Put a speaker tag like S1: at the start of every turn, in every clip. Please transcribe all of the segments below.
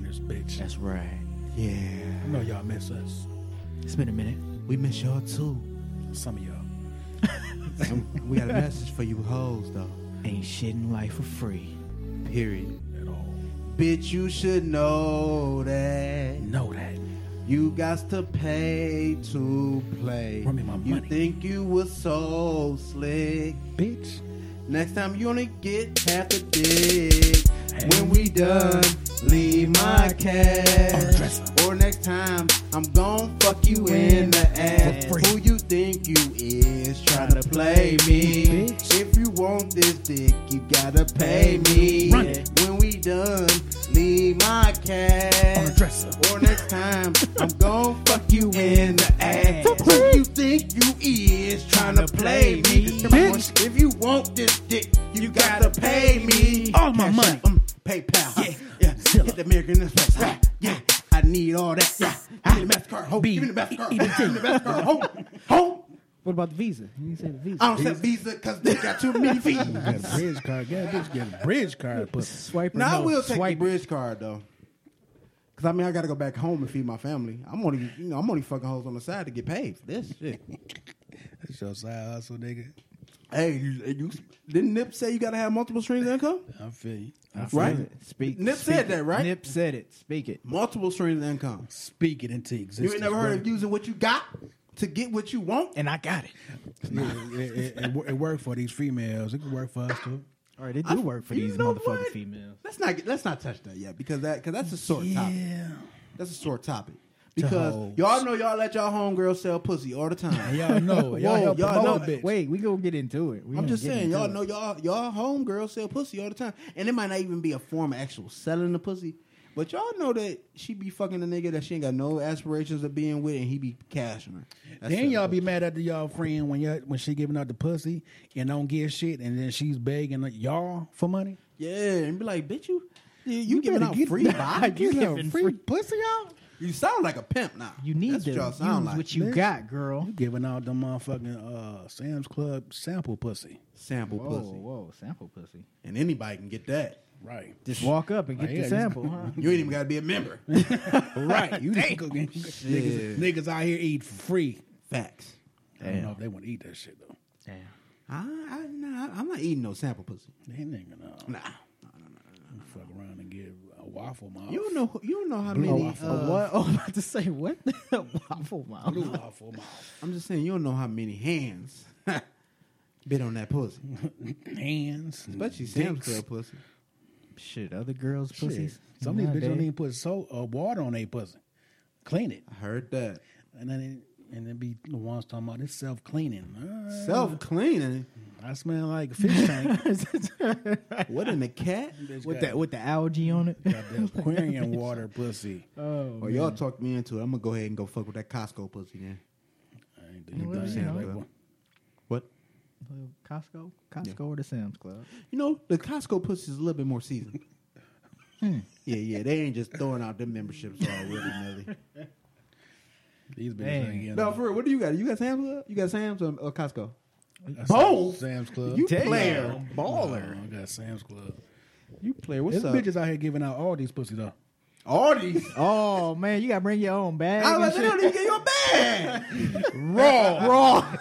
S1: this bitch.
S2: That's right.
S1: I
S3: Yeah.
S1: know y'all miss us.
S2: It's been a minute.
S3: We miss y'all too.
S1: Some of y'all.
S3: we got a message for you hoes though.
S2: Ain't shit in life for free.
S3: Period.
S1: At all.
S3: Bitch, you should know that.
S1: Know that.
S3: You got to pay to play.
S1: Run me my
S3: you
S1: money.
S3: think you was so slick.
S1: Bitch.
S3: Next time you only get half the dick. When we done, leave my
S1: Or
S3: cash.
S1: dress
S3: Or next time, I'm gon' fuck you in the ass.
S1: For free.
S3: Who you think you is trying to play me?
S1: Bitch.
S3: If you want this dick, you gotta pay me.
S1: Run it.
S3: When we done, leave my
S1: Or
S3: cash.
S1: dress up.
S3: Or next time, I'm gon' fuck you in the ass. Who you think you is trying to play me?
S1: Bitch.
S3: If you want this dick, you, gotta, pay me.
S1: All my
S3: Cash
S1: money.
S3: App, Um, PayPal. huh? Yeah.
S1: Zilla.
S3: Hit the American Express. huh? Yeah. I need all that. Yeah. Give me the MasterCard. Ho.
S1: B.
S3: Give me the MasterCard.
S1: E- E-
S3: Give me the MasterCard. Ho. Ho.
S4: What about the visa? You didn't say the visa.
S3: I don't accept Visa because they got too many fees.
S1: Got a bridge card. Get a bitch get a bridge card. Pussy.
S4: Swiper.
S3: No, I
S4: no.
S3: will take
S4: Swipe.
S3: the bridge card though. Cause I mean I gotta go back home and feed my family. I'm only you know, I'm only fucking hoes on the side to get paid for this shit.
S1: That's your side hustle, nigga.
S3: hey, you, you didn't Nip say you gotta have multiple streams of income?
S1: I feel you.
S3: Right?
S4: it. Speak.
S3: Nip
S4: speak
S3: said
S4: it.
S3: that, right?
S4: Nip said it. Speak it.
S3: Multiple streams of income.
S1: Speak it into existence.
S3: You ain't never heard
S1: brother.
S3: of using what you got to get what you want?
S2: And I got it.
S1: Yeah, it, it, it, it worked for these females. It could work for us too.
S2: All right, it do
S3: I-
S2: work for
S3: you
S2: these
S3: know
S2: motherfucking
S3: what?
S2: females.
S3: Let's not get, let's not touch that yet because that because that's a sore topic.
S1: Yeah.
S3: That's a sore topic
S1: hoes.
S3: because y'all know y'all let y'all homegirl sell pussy all the time.
S1: And y'all know. Y'all
S3: Whoa,
S1: help
S3: y'all
S1: promote
S3: know-
S1: a bitch.
S4: Wait, we gonna get into it. We
S3: I'm
S4: gonna
S3: just
S4: get
S3: saying,
S4: into
S3: y'all
S4: it.
S3: know y'all y'all homegirls sell pussy all the time, and it might not even be a form of actual selling the pussy, but y'all know that she be fucking a nigga that she ain't got no aspirations of being with, and he be cashing her. That's
S1: then
S3: selling
S1: y'all be
S3: pussy.
S1: mad at the y'all friend when y'all, when she giving out the pussy and don't give shit, and then she's begging y'all for money.
S3: yeah, and be like, bitch, you you, you, giving
S1: better
S3: out
S1: get-
S3: free vibes.
S1: You
S3: You,
S1: know,
S2: giving
S1: free,
S2: free-
S1: pussy out.
S3: you sound like a pimp now.
S2: You need
S3: That's
S2: to
S3: what y'all
S2: use
S3: sound like.
S2: what you
S1: bitch.
S2: got, girl.
S1: You giving out the motherfucking uh, Sam's Club sample pussy.
S3: sample
S4: Whoa,
S3: pussy,
S4: whoa, sample pussy.
S3: and anybody can get that.
S1: Right.
S4: Just walk up and
S1: Oh,
S4: get
S1: yeah,
S4: the
S1: just-
S4: sample, huh?
S3: You ain't even got to be a member.
S1: right. You just cooking. Niggas, niggas out here eat for free.
S3: Facts.
S1: I don't know if they want to eat that shit though.
S2: Damn.
S3: I, I, nah, I'm not eating no sample pussy.
S1: They ain't gonna uh,
S3: Nah.
S1: fuck around and give a waffle mouth.
S3: You don't know who- you don't know how
S1: Blue
S3: many.
S1: waffle.
S3: Uh,
S2: what? Oh, I'm about to say what? Waffle mouth.
S1: Blue waffle mouth.
S3: I'm just saying you don't know how many hands bit on that pussy,
S1: Hands.
S3: especially
S1: dicks.
S3: Sam's Club pussy.
S2: Shit, other girls'
S1: Shit.
S2: pussies.
S1: Some of these bitches
S2: Nowadays.
S1: don't even put soap or water on their pussy. Clean it.
S3: I heard that
S1: And then it, and then be the ones talking about it's self cleaning.
S3: self cleaning.
S1: I smell like a fish tank.
S3: What in the cat?
S2: with that with the algae on it.
S1: Goddamn aquarium water pussy.
S2: Oh,
S3: Or y'all talked me into it. I'm gonna go ahead and go fuck with that Costco pussy then.
S1: I ain't doing
S2: Well,
S1: that.
S2: you know.
S1: Like, well,
S3: What?
S2: Well, Costco, Costco, or the Sam's Club.
S3: You know the Costco pussy is a little bit more seasoned. yeah, yeah, they ain't just throwing out them memberships all willy nilly.
S1: These bitches
S2: Damn.
S1: ain't getting
S3: No, for real, what do you got? You got Sam's Club? You got Sam's or, or Costco?
S1: I said
S3: both?
S1: Sam's Club.
S3: You
S2: Damn,
S3: player,
S1: baller. I got Sam's Club.
S3: You player. What's
S1: There's
S3: up?
S1: bitches out here giving out all these pussy though.
S3: All these.
S2: Oh man, you gotta bring your own bag.
S3: I
S2: and
S3: was like, they
S2: shit.
S3: don't even give you a
S1: Raw,
S3: bag.
S1: raw.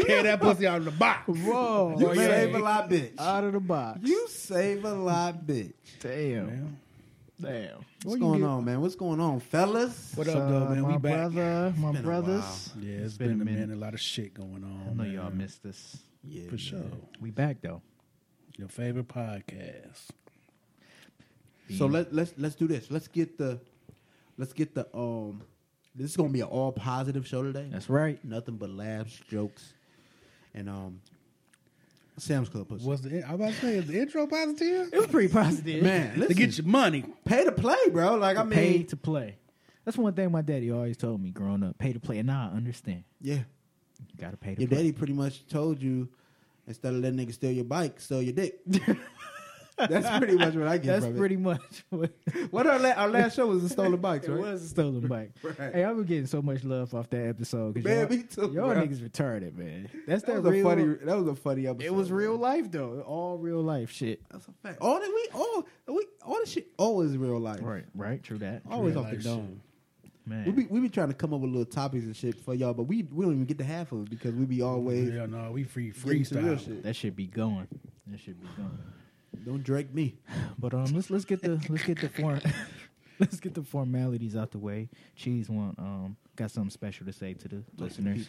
S1: Tear that pussy out of the box.
S2: Whoa,
S3: You
S1: Boy, yeah.
S3: save a lot, bitch.
S2: out of the box.
S3: You save a lot, bitch.
S2: damn,
S1: Man.
S2: damn.
S3: What's
S1: you
S3: going
S1: get-
S3: on, man? What's going on, fellas?
S1: What up, though,
S2: Uh,
S1: man?
S2: my
S1: We back.
S2: brother, my
S3: been a
S2: brothers.
S1: Yeah, it's been, a minute. A lot of shit going on.
S2: I know y'all
S1: man.
S2: missed us.
S3: Yeah,
S1: for sure.
S2: We back though.
S1: Your favorite podcast.
S3: So let let's let's do this. Let's get the let's get the um. This is gonna be an all positive show today.
S2: That's right.
S3: Nothing but laughs, jokes, and um. Sam's Club pussy.
S1: Was the I was about to say is the intro positive?
S2: It was pretty positive.
S3: Man,
S1: to
S3: listen,
S1: get your money.
S3: pay to play, bro. Like I mean,
S2: pay to play. That's one thing my daddy always told me growing up. Pay to play, and now I understand.
S3: yeah.
S2: You gotta pay to
S3: Your
S2: play.
S3: daddy pretty much told you instead of letting niggas steal your bike, steal your dick. That's pretty much what I get
S2: That's
S3: from
S2: pretty much what
S3: it. What our, la- our last show was the stolen bikes,
S2: it
S3: right?
S2: was a stolen bike.
S3: Right.
S2: Hey, I've been getting so much love off that episode because
S3: Man,
S2: y'all,
S3: me too,
S2: y'all
S3: bro.
S2: niggas retarded, man. That's
S3: That
S2: that,
S3: was
S2: real.
S3: a funny. That was a funny episode.
S2: it was
S3: man.
S2: real life though, all real life shit.
S3: That's a fact. All that we all we all the shit always real life.
S2: Right, right, true that.
S3: Always
S1: Real
S3: off the
S1: life
S3: dome.
S2: Man,
S3: Oh, We be we be trying to come up with little topics and shit for y'all, but we we don't even get to half of it because we be always
S1: Yeah, no, we free
S3: getting to real
S1: freestyle.
S3: shit.
S2: that should be going. That should be going.
S3: Don't Drake me.
S2: But um, let's let's get the let's get the form let's get the formalities out the way. Cheese one um got something special to say to the listeners.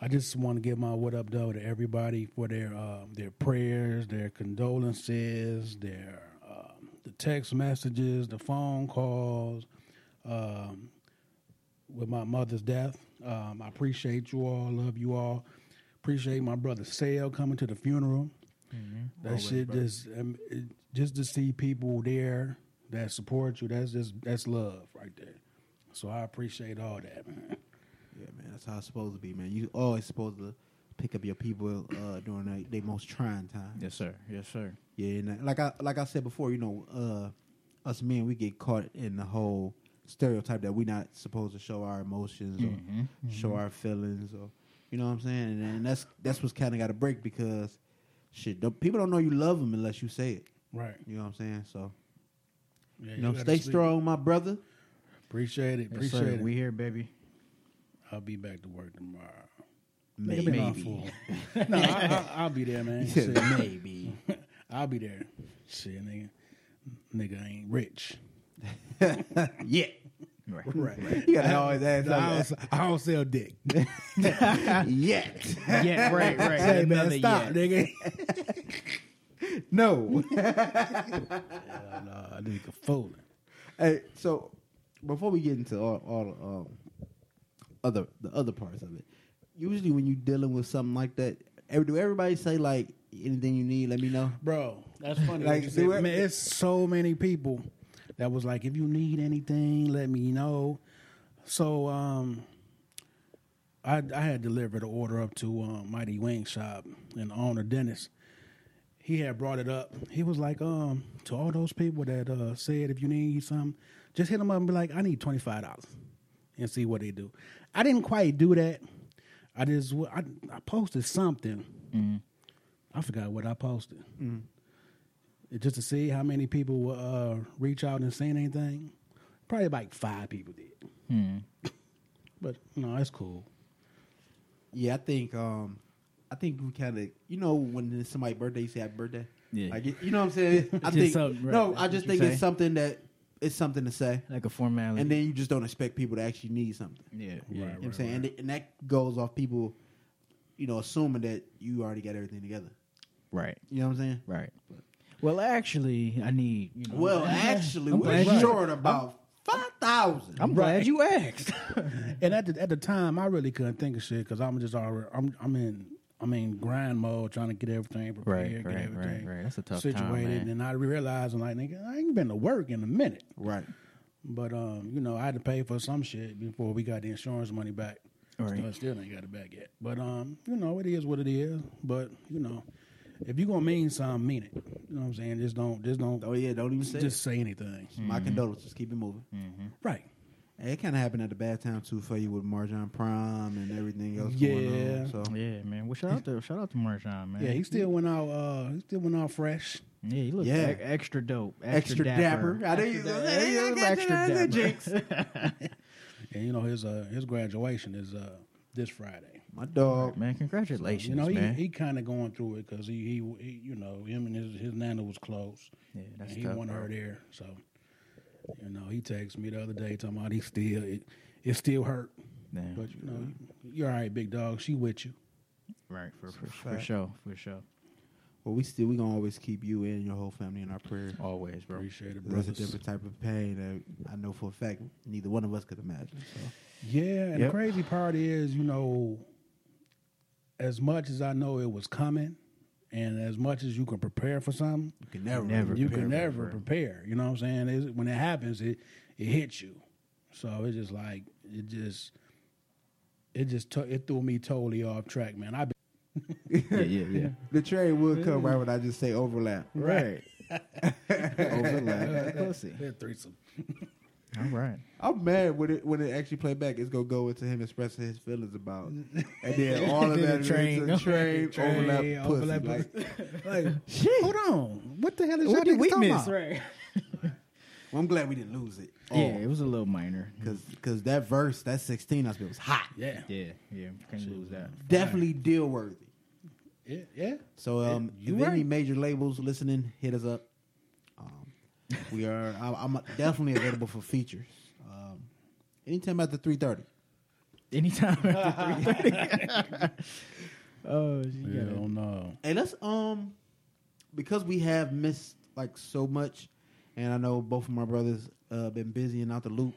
S1: I just want to give my what up though to everybody for their um, their prayers, their condolences, their um, the text messages, the phone calls. Um, with my mother's death, um, I appreciate you all. Love you all. Appreciate my brother Sale coming to the funeral. That shit just um, it, just to see people there that support you. That's just that's love right there. So I appreciate all that, man.
S3: Yeah, man, that's how it's supposed to be, man. You always supposed to pick up your people uh, during their they most trying time.
S2: Yes, sir. Yes, sir.
S3: Yeah, and like I like I said before, you know, uh, us men we get caught in the whole stereotype that we're not supposed to show our emotions or show our feelings or you know what I'm saying, and, and that's that's what's kind of got to break because shit, do people don't know you love them unless you say it.
S1: Right.
S3: You know what I'm saying? So
S1: Yeah,
S3: you know,
S1: gotta
S3: stay
S1: speak.
S3: strong, my brother.
S1: Appreciate it.
S2: Yes,
S1: Appreciate
S2: sir.
S1: it.
S2: We here, baby.
S1: I'll be back to work tomorrow.
S3: Maybe,
S1: Maybe. no, I, I, I'll be there, man.
S3: He said,
S1: Shit.
S3: maybe.
S1: I'll be there. Shit, nigga. Nigga ain't rich.
S3: yeah.
S2: Right.
S1: Right.
S3: You gotta always ask
S1: I
S3: like
S1: don't, I don't sell dick.
S3: that. Yet.
S2: Yeah, right, right.
S1: Hey, man,
S2: Another
S1: stop,
S2: yeah.
S1: nigga.
S3: No.
S1: Yeah, nah, nigga fooling.
S3: Hey, so before we get into all, all um, other the other parts of it, usually when you're dealing with something like that, every, do everybody say like anything you need? Let me know.
S1: Bro, that's funny.
S3: Like,
S1: Like,
S3: do it-
S1: man, it's so many people that was like, if you need anything, let me know. So, um, I, I had delivered an order up to um, Mighty Wing Shop and the owner Dennis. He had brought it up. He was like, um, to all those people that uh, said if you need something, just hit them up and be like, I need twenty five dollars, and see what they do. I didn't quite do that. I just w- I, I posted something. I forgot what I posted. It- Just to see how many people will uh, reach out and saying anything. Probably like five people did.
S2: Hmm.
S1: But no, it's cool.
S3: Yeah, I think um, I think we kind of you know when it's somebody's birthday, you say happy birthday.
S2: Yeah.
S3: like, you know what I'm saying. I
S2: Just
S3: think
S2: something, right.
S3: no,
S2: That's
S3: I
S2: what
S3: just
S2: you
S3: think
S2: say. Oh,
S3: it's something that it's something to say,
S2: Like a formality.
S3: and then you just don't expect people to actually need something.
S2: yeah,
S3: You know
S2: yeah.
S1: Right.
S3: what I'm saying, and, and that goes off people, you know, assuming that you already got everything together.
S2: Right.
S3: You know what I'm saying?
S2: Right. Well, actually, I need. You know,
S3: Well, actually,
S2: I'm
S3: we're
S2: glad you-
S3: short about five thousand.
S2: I'm glad you asked.
S1: And at the at the time, I really couldn't think of shit because I'm just already I'm I'm in I'm in grind mode trying to get everything prepared,
S2: Right,
S1: get
S2: right, right,
S1: everything
S2: right. That's a tough time,
S1: situated,
S2: man.
S1: and I realized I'm like nigga, I ain't been to work in a minute.
S3: Right.
S1: But um, you know, I had to pay for some shit before we got the insurance money back.
S2: Right.
S1: Still, still ain't got it back yet. But um, you know, it is what it is. But you know, if you gonna mean something, mean it. You know what I'm saying? Just don't, just don't,
S3: Oh yeah, don't even say. Mm.
S1: just
S3: Just
S1: say anything.
S2: Mm-hmm.
S3: my condolences. Keep it moving.
S2: Mm.
S1: Right?
S3: Hey, it kind of happened at a bad time too for you with Marjan Prime and everything else going
S1: Yeah.
S3: on. So
S2: yeah, man. Well, shout out to shout out to Marjan, man.
S1: Yeah. He still went out. Uh, he still went out fresh.
S2: yeah, he looked
S3: Yeah.
S2: e- extra dope,
S3: extra, dapper. I didn't
S2: Extra
S3: I didn't
S2: dapper.
S3: even get
S2: Extra
S3: to that,
S2: dapper.
S3: jinx.
S1: And you know, his uh, his graduation is uh this Friday.
S3: My dog.
S2: Man, congratulations,
S1: You know, he,
S2: man.
S1: he kind of going through it because he, he he you know him and his his nana was close.
S2: Yeah, that's
S1: and he
S2: tough,
S1: wanted
S2: bro.
S1: her there. So you know, he texted me the other day talking about he still it, it still hurt,
S2: Yeah.
S1: but you know you, you're all right, big dog. She with you.
S2: right for for, for
S3: fact.
S2: sure, for sure.
S3: Well, we still we gonna always keep you and your whole family in our prayers.
S2: Always, bro.
S1: Appreciate it,
S3: There's
S1: brothers.
S3: a different type of pain that I know for a fact neither one of us could imagine. So.
S1: Yeah, and
S2: Yep.
S1: the crazy part is, you know, as much as I know it was coming, and as much as you can prepare for something,
S3: You can never,
S2: Never.
S1: you
S2: prepare
S1: can
S2: for
S1: never
S2: it.
S1: prepare. You know what I'm saying? It's, when it happens, it it hits you. So it's just like it just it just to- it threw me totally off track, man. I been
S2: yeah, yeah, yeah.
S3: The trade would come right when I just say overlap.
S2: Right.
S4: Overlap the pussy.
S1: They're threesome.
S2: All right.
S3: I'm mad when it when it actually play back. It's gonna go into him expressing his feelings about, and then all of
S2: Then
S3: that
S2: the train
S3: train, train,
S1: Train,
S3: overlap, pussy.
S1: overlap
S3: Like,
S1: Like, hold on. What the hell is
S2: What
S1: y'all
S2: did
S1: niggas
S2: we
S1: talking
S2: miss?
S1: about?
S2: Right.
S3: well, I'm glad we didn't lose it.
S4: Yeah, it was a little minor.
S3: Cause, cause that verse, that 16 ounce bit was hot.
S1: Yeah.
S2: Yeah, yeah. Can't lose that.
S3: Definitely deal worthy.
S1: Yeah. yeah.
S3: So, um,
S1: you
S3: if any
S1: right.
S3: major labels listening, hit us up. Um, we are. I, I'm definitely available for features. Um, anytime after 3:30.
S2: Anytime after three thirty. oh,
S1: Yeah,
S2: you got it.
S1: don't know.
S3: Hey, let's um, because we have missed like so much, and I know both of my brothers uh been busy and out the loop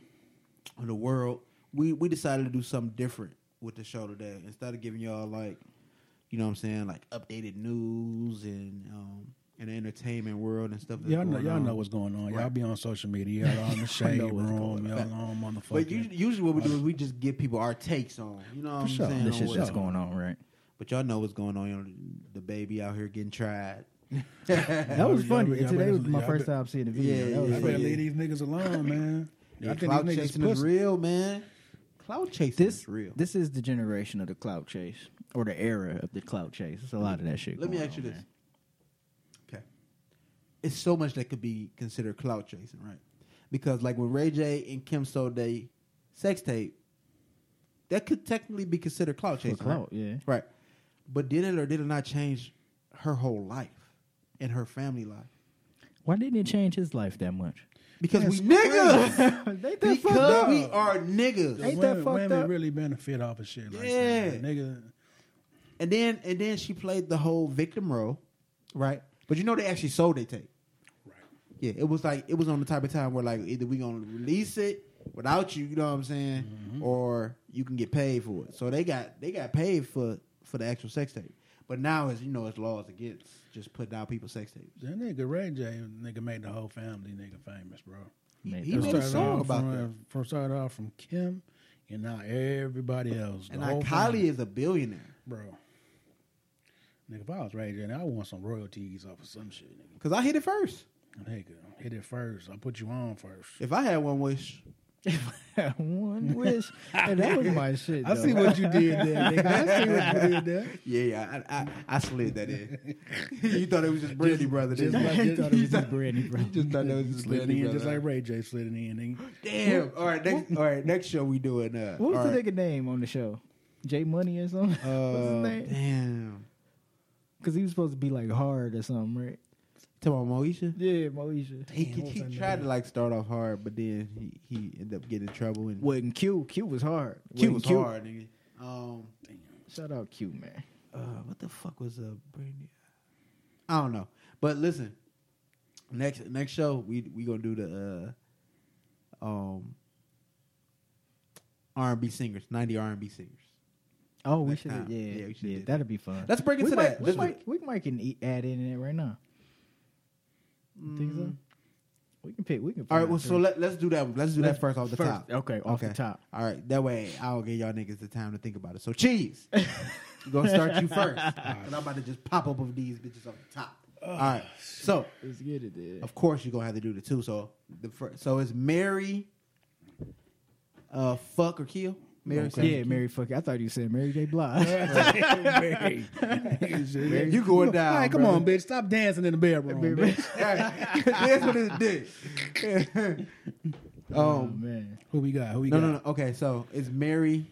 S3: of the world. We we decided to do something different with the show today. Instead of giving y'all like, you know what I'm saying, like updated news and um and the entertainment world and stuff. that's
S1: Y'all know,
S3: going
S1: y'all
S3: on.
S1: know what's going on. Y'all be on social media. Y'all on the shade
S3: what's
S1: room.
S3: going
S1: Y'all
S3: on.
S1: on motherfucking.
S3: But usually, usually what we do is we just give people our takes on, you know what I'm
S1: sure.
S3: saying?
S2: This
S3: on
S2: shit's
S3: what's
S2: just going on, right?
S3: But y'all know what's going on. You know, the baby out here getting tried.
S2: That was
S1: y'all
S2: funny.
S1: be- y'all
S2: Today
S1: better-
S2: was my
S1: y'all
S2: first
S1: be-
S2: time seeing the video.
S3: Yeah,
S2: that was
S3: yeah,
S1: I better
S3: yeah.
S1: leave these niggas alone, man.
S3: Yeah,
S1: I think
S3: clout
S1: these
S3: chasing
S1: niggas
S3: is
S1: pussy.
S3: real, man. Cloud chasing
S2: This
S3: is real.
S2: this is the generation of the clout chase or the era of the clout chase. It's a lot of that shit.
S3: Let me
S2: going
S3: ask you
S2: on,
S3: this.
S2: man.
S3: Okay. It's so much that could be considered cloud chasing, right? Because like when Ray J and Kim sold they sex tape, that could technically be considered cloud chasing.
S2: clout,
S3: right?
S2: yeah.
S3: Right. But did it or did it not change her whole life and her family life?
S2: Why didn't it change his life that much?
S3: Because
S1: That's
S3: we niggas.
S2: they
S3: because we
S1: The
S3: are niggas.
S2: Ain't that
S1: women,
S2: fucked
S1: women
S2: up?
S1: really benefit off of shit like
S3: Yeah.
S1: that. Nigga,
S3: And then and then she played the whole victim role, right? But you know they actually sold their tape.
S1: right.
S3: Yeah, it was like it was on the type of time where like either we gonna release it without you, you know what I'm saying, or you can get paid for it. So they got they got paid for for the actual sex tape. But now it's you know it's laws against just putting out people's sex tapes.
S1: That nigga Ray J, nigga made the whole family nigga famous, bro.
S3: He,
S2: Man,
S3: he
S2: that
S3: made a
S1: Started
S3: song
S1: off
S3: about
S1: from,
S3: that,
S1: From started off from Kim, and now everybody else. the
S3: and
S1: whole
S3: now
S1: family.
S3: Kylie is a billionaire.
S1: bro. Nigga, if I was Ray J, I want some royalties off of some shit, nigga.
S3: Cause I hit it first.
S1: Nigga, hit it first. I put you on first.
S3: If I had one wish,
S2: One wish. Hey, that was my shit.
S1: I
S2: though.
S1: see what you did there, nigga. I see what you did there.
S3: yeah, yeah, I, I, I slid that in. you thought it was just Brandy, brother.
S1: just
S3: didn't you?
S1: like-
S2: you thought it was just Brandy, bro.
S3: You just thought that was just
S1: Slid
S3: Brandy,
S1: in just
S3: brother.
S1: like Ray J slid it in. Nigga.
S3: Damn. All right, next, all right. Next show we doing. Uh,
S2: What was
S3: all
S2: the
S3: right.
S2: nigga name on the show? J Money or something?
S3: Uh,
S2: What's his name?
S3: damn.
S2: Because he was supposed to be like hard or something, right?
S3: Tell about Moesha.
S2: Yeah, Moesha.
S3: He,
S1: Damn,
S3: he,
S1: what was that
S3: he tried
S1: nigga?
S3: to like start off hard, but then he, he ended up getting in trouble. And
S2: Wasn't Q. Q was hard.
S3: Q
S2: Wasn't
S3: was hard, nigga. Um,
S2: Shout out Q, man.
S3: uh, what the fuck was uh Brandy? I don't know. But listen, next next show we we gonna do the uh um R and B singers, ninety R and B singers.
S2: Oh, we
S3: Next
S2: should. Yeah,
S3: time. Yeah,
S2: yeah,
S3: we shoulda did
S2: that'd be fun.
S3: Let's break
S2: we
S3: into
S2: might,
S3: that.
S2: we
S3: Let's-
S2: might, we might can e- add in it right now. You think so?
S3: Mm.
S2: We can pick. We can.
S3: All right,
S2: pick
S3: well, so
S2: three.
S3: let, let's do that. Let's do
S2: Let's-
S3: that first off the
S2: first,
S3: top.
S2: Okay, off the
S3: Okay.
S2: top.
S3: All right, that way I'll give y'all niggas the time to think about it. So, cheese, we're gonna start you first, and I'm about to just pop up of these bitches off the top. All right, so
S2: Let's get it there.
S3: of course you're gonna have to do the two. So the first, so it's Mary, uh, fuck or kill. Mary,
S2: yeah, Mary fucking. I thought you said Mary J. Blige.
S1: Mary. Mary.
S3: you going down?
S1: All right, come
S3: brother.
S1: on, bitch. Stop dancing in the bedroom, bitch.
S3: Hey, That's what it did.
S2: oh
S3: um,
S2: man,
S1: Who we got? Who we
S3: no,
S1: got?
S3: no, no. Okay, so it's Mary,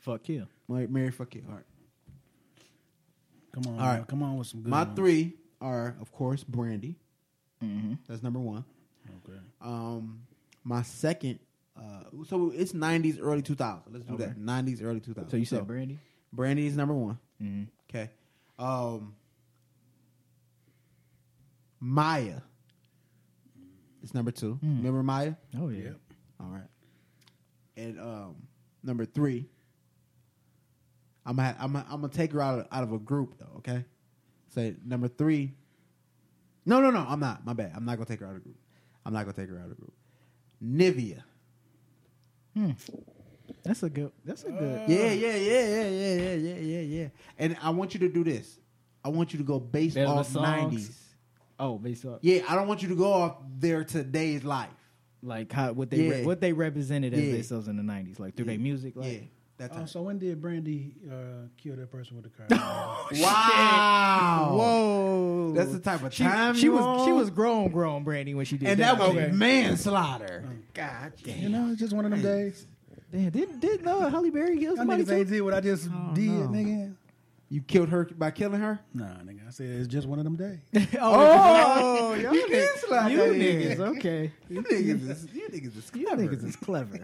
S2: fuck you.
S3: Mary, Mary fuck kill. All right.
S1: Come on,
S3: All right.
S1: man. come on with some good.
S3: My
S1: ones.
S3: three are, of course, Brandy.
S2: Mm-hmm.
S3: That's number one.
S1: Okay.
S3: Um, my second, uh, so it's '90s, early 2000s. Let's do
S2: Okay.
S3: that. '90s, early 2000s.
S2: So you said Brandy?
S3: Brandy is number one.
S2: Mm-hmm.
S3: Okay. Um, Maya is number two.
S2: Hmm.
S3: Remember Maya?
S2: Oh yeah.
S1: Yep.
S3: All right. And um, number three, I'm gonna, I'm gonna, I'm gonna take her out of, out of a group though. Okay. Say number three. No, no, no. I'm not. My bad. I'm not gonna take her out of the group. I'm not gonna take her out of the group. Nivea.
S2: That's a good. That's a good.
S3: Yeah, yeah, yeah, yeah, yeah, yeah, yeah, yeah, yeah. And I want you to do this. I want you to go based
S2: They're the
S3: off
S2: songs.
S3: nineties.
S2: Oh, based off
S3: Yeah, I don't want you to go off their today's life.
S2: like how what they re-
S3: Yeah.
S2: what they represented as
S3: Yeah.
S2: themselves in the nineties, like through
S3: Yeah.
S2: their music.
S3: Yeah,
S2: Like,
S3: that
S1: Oh,
S3: time.
S1: so when did Brandy uh, kill that person with the car?
S3: Oh, wow,
S2: Oh, Whoa,
S3: that's the type of
S2: she,
S3: time
S2: she
S3: you
S2: was.
S3: on.
S2: She was grown, grown, Brandy when she did
S3: and
S2: that. Oh,
S3: that was
S1: Okay.
S3: manslaughter. God damn.
S1: you know, it's just one of them days.
S2: Damn, did did uh, Halle Berry kill
S1: Y'all
S2: somebody
S1: niggas
S2: too?
S1: ain't did what I just did,
S3: Oh, no.
S1: nigga.
S3: You killed her by killing her.
S1: Nah, nigga. I said it's just one of them days.
S2: oh, y'all
S3: you
S2: niggas,
S3: can slap
S2: you
S3: that
S2: niggas,
S3: nigga.
S2: okay.
S3: You niggas, is, you niggas is
S2: You
S3: clever.
S2: niggas is clever.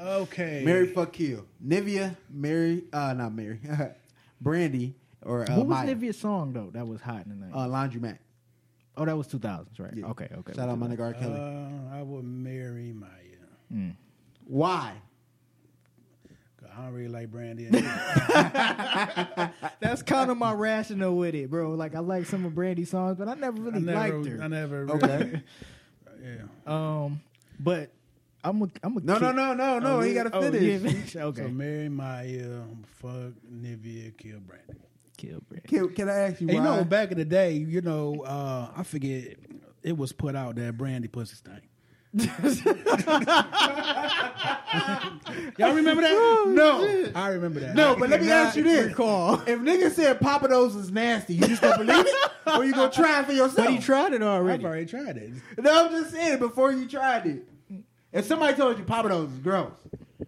S1: okay.
S3: Mary fuck kill. Nivea, Mary, uh, not Mary, Brandy or uh,
S2: what was
S3: Maya.
S2: Nivea's song though? That was hot in the night.
S3: Uh, laundromat.
S2: oh, that was two thousands, right?
S3: Yeah.
S2: Okay, okay.
S3: Shout out my nigga R.
S1: Uh,
S3: Kelly.
S1: I would marry Maya.
S3: Why?
S1: 'Cause I don't really like Brandy.
S2: That's kind of my rationale with it, bro. Like I like some of Brandy's songs, but I never
S1: I
S2: really
S1: never,
S2: liked her.
S1: I never. Really,
S3: Okay.
S1: Yeah.
S2: Um, but I'm a, I'm a Oh,
S3: No, no, no, no, no. he got to finish.
S2: okay.
S1: So marry Maya, fuck Nivea, kill Brandy.
S2: Kill Brandy.
S3: Can, can I ask you
S1: And you
S3: why?
S1: know, back in the day, you know, uh, I forget it was put out that Brandy pussy thing. Y'all remember that?
S2: Oh,
S1: Oh,
S3: No.
S1: I remember that.
S3: no, but let me ask you this.
S2: recall.
S3: If niggas said Papados is nasty, you just don't believe it? or you gonna try it for yourself?
S2: But he tried it
S1: I've
S2: already.
S1: already tried it.
S3: no, I'm just saying, before you tried it. If somebody told you Papados is gross,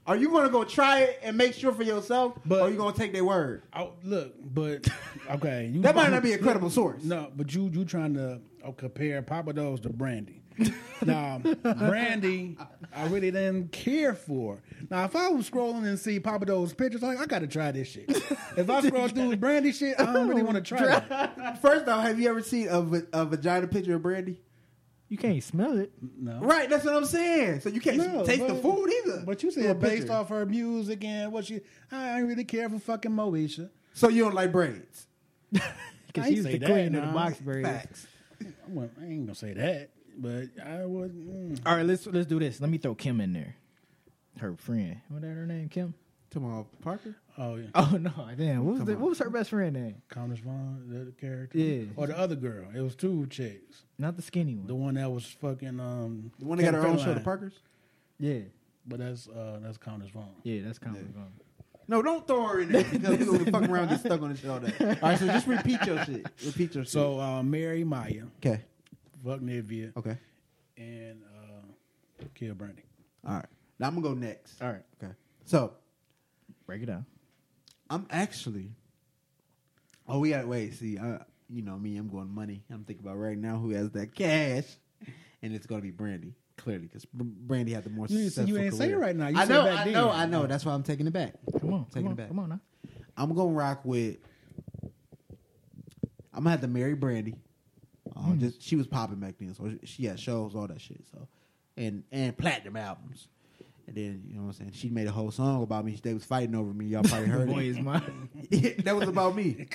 S3: are you gonna go try it and make sure for yourself?
S1: But-
S3: or are you gonna take their word?
S1: Oh, look, but okay, you,
S3: That might not be a credible source.
S1: No, but you you trying to uh, compare Papa Do's to Brandy. now, Brandy, I really didn't care for. Now, if I was scrolling and see Papa Do's pictures, like I got to try this shit. If I scroll through Brandy shit, I don't really want to try that.
S3: First off, have you ever seen a, va- a vagina picture of Brandy?
S2: You can't smell it.
S1: No.
S3: Right, that's what I'm saying. So you can't
S1: No,
S3: taste the
S1: but-
S3: food either.
S1: But you
S3: Through a
S1: said based
S3: picture.
S1: off her music and what she, I ain't really care for fucking Moesha.
S3: So you don't like braids?
S1: I
S2: Because
S1: ain't
S2: she's
S1: say
S2: the
S1: that,
S2: queen of the
S1: nah.
S2: box braids.
S3: Facts.
S1: I, wouldn't- I ain't gonna say that, but I would. Mm.
S2: All right, let's let's do this. Let me throw Kim in there. Her friend. What that her name? Kim?
S3: Come on, Parker.
S1: Oh yeah,
S2: Oh no, damn. What was the, what was her best friend name?
S1: Countess Vaughn, the character,
S2: Yeah.
S1: or the other girl. It was two chicks.
S2: Not the skinny
S1: The
S2: one.
S1: one that was fucking um
S3: The one that got her own show, the
S1: Caroline.
S3: Parkers.
S2: Yeah,
S1: But that's uh that's Countess Vaughn.
S2: yeah. That's kind of
S3: No, don't throw her in there because we're gonna fuck around and get stuck on this shit all day. All right, so just repeat your shit. Repeat your shit.
S1: So uh Mary Maya,
S3: okay,
S1: fuck Nivea,
S3: okay,
S1: and uh kill Brandy.
S3: all right. Now I'm gonna go next.
S2: All right,
S3: Okay. So
S2: break it down.
S3: I'm actually. Oh, we got wait. See, I, you know me. I'm going money. I'm thinking about right now who has that cash, and it's gonna be Brandy clearly because Brandy had the more.
S1: You ain't say- you
S3: successful
S1: ain't say it
S3: career.
S1: right now. You
S3: I
S1: said
S3: know.
S1: back
S3: I
S1: then.
S3: know. I know. That's why I'm taking it back.
S2: Come on,
S3: Taking
S2: come
S3: it
S2: on,
S3: back.
S2: come on. Now.
S3: I'm gonna rock with. I'm gonna have to marry Brandy. Uh,
S1: Hmm.
S3: Just she was popping back then, so she had shows, all that shit. So, and and platinum albums. And then you know what I'm saying. She made a whole song about me. They was fighting over me. Y'all probably heard
S2: Boy
S3: it.
S2: is mine.
S3: that was about me.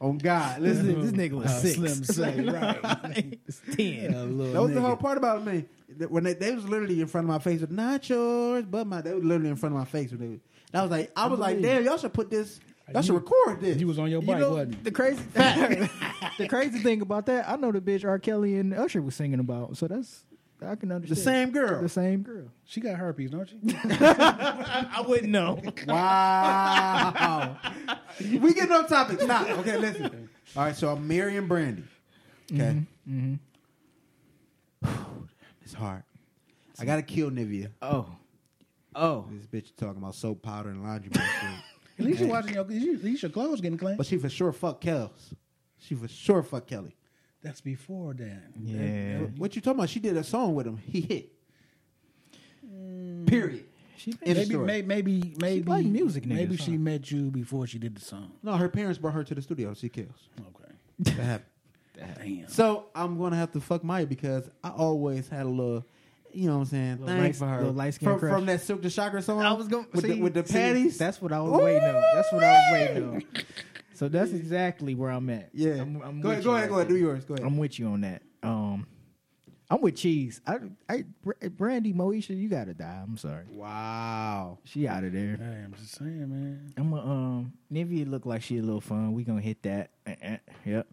S3: oh God,
S2: This,
S3: listen.
S2: this nigga was
S1: Uh,
S2: six.
S1: Slim say, right.
S2: It's ten.
S1: Yeah, little
S3: That was the
S1: nigga.
S3: whole part about me. That When they, they was literally in front of my face, with, not yours, but my. They was literally in front of my face. When they, was- and I was like, I was like,
S2: believe
S3: damn, y'all should put this. Y'all should
S1: Uh, You-
S3: record this.
S1: You was on your
S2: You
S1: bike,
S2: know,
S1: wasn't you?
S2: the crazy the crazy thing about that, I know the bitch R. Kelly and Usher was singing about, so that's I can
S3: the
S2: understand
S3: same girl.
S2: the same girl.
S1: She got herpes, don't she?
S2: I wouldn't know.
S3: Wow. we get on topic. Stop. Okay, listen. All right, so I'm marrying Brandy. Okay. It's hard. I gotta kill Nivea.
S2: Oh, oh,
S3: This bitch talking about soap powder and laundry. machine.
S1: At least you're watching your you, at least your clothes getting clean.
S3: but she for sure fuck Kels. She for sure fuck Kelly.
S1: That's before then.
S2: yeah.
S3: What you talking about? She did a song with him. He hit. Period.
S2: She
S3: End of
S1: Maybe,
S3: story.
S1: may, maybe, maybe,
S2: like music niggas,
S1: Maybe
S2: huh?
S1: she met you before she did the song.
S3: No, her parents brought her to the studio to see Kels.
S1: Okay.
S3: That happened.
S1: Damn.
S3: So I'm gonna have to fuck Maya because I always had a little, you know what I'm saying,
S2: Little
S3: thing
S2: light-
S3: for her.
S2: little light skin
S3: from,
S2: crush.
S3: from that Silk the Shocker song.
S2: I was going
S3: with, the, with the panties.
S2: That's what I was waiting on. That's what I was waiting on. So that's exactly where I'm at.
S3: yeah.
S2: I'm, I'm
S3: go
S2: with
S3: ahead,
S2: you
S3: go ahead,
S2: right
S3: go ahead.
S2: there.
S3: Do yours. Go ahead.
S2: I'm with you on that. Um, I'm with Cheese. I, I, Brandy Moesha, you gotta die. I'm sorry,
S3: wow.
S2: she out of there.
S1: Hey, I'm just saying, man.
S2: I'm a, um Nivea look like she a little fun. We gonna hit that. Uh-uh. Eh, Yep.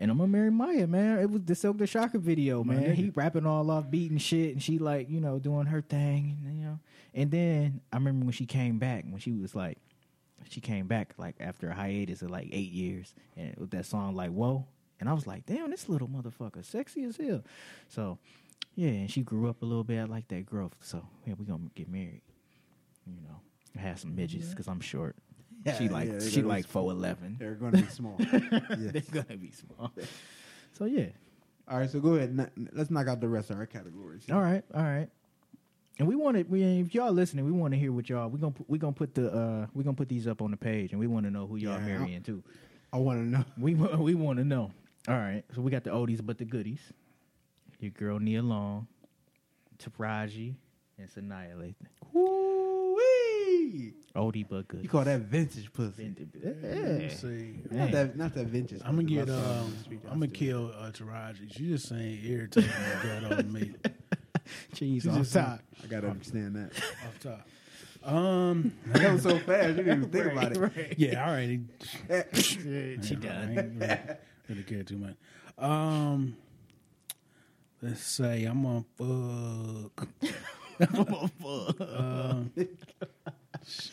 S2: And I'm gonna marry Maya, man. It was the Silk the Shocker video,
S1: My
S2: man.
S1: nigga.
S2: He rapping all off beat and shit, and she like, you know, doing her thing, and, you know. And then I remember when she came back, when she was like, she came back like after a hiatus of like eight years, and with that song like "Whoa," and I was like, damn, this little motherfucker, sexy as hell. So, yeah, and she grew up a little bit. I like that growth. So, yeah, we gonna get married. You know, I have some midgets because I'm short.
S3: Yeah,
S2: she like
S3: yeah, they
S2: she
S3: gotta
S2: like
S3: be-
S2: four eleven.
S3: They're going to be small.
S2: They're
S3: yes.
S2: gonna be small. So yeah.
S3: All right, so go ahead. kn- Let's knock out the rest of our categories.
S2: All right. All right. And we want to. We, if y'all listening, we want to hear what y'all. We gonna put- we gonna put the uh we gonna put these up on the page, and we want to know who y'all
S3: Yeah.
S2: marrying too.
S3: I want to know.
S2: We wa- we want to know. All right. So we got the oldies but the goodies. Your girl Nia Long, Taraji, and Sanaa Lathan.
S3: Woo-wee!
S2: Oldie but
S3: You
S2: goodies.
S3: call that vintage pussy?
S1: Let me
S2: Yeah.
S1: see.
S3: Not that, not that vintage.
S1: I'm gonna
S3: pussy,
S1: get.
S3: my bad.
S1: Um, I'm gonna kill uh, Taraji. She just saying irritating like that on me
S2: Cheese
S1: She's
S2: on
S1: just
S2: top.
S3: I gotta understand that.
S1: off top. Um.
S3: that was so fast. You didn't even think about it.
S1: Yeah. All right.
S2: She done.
S1: I ain't really, really care too much. Um. Let's say I'm on fuck. Um, it's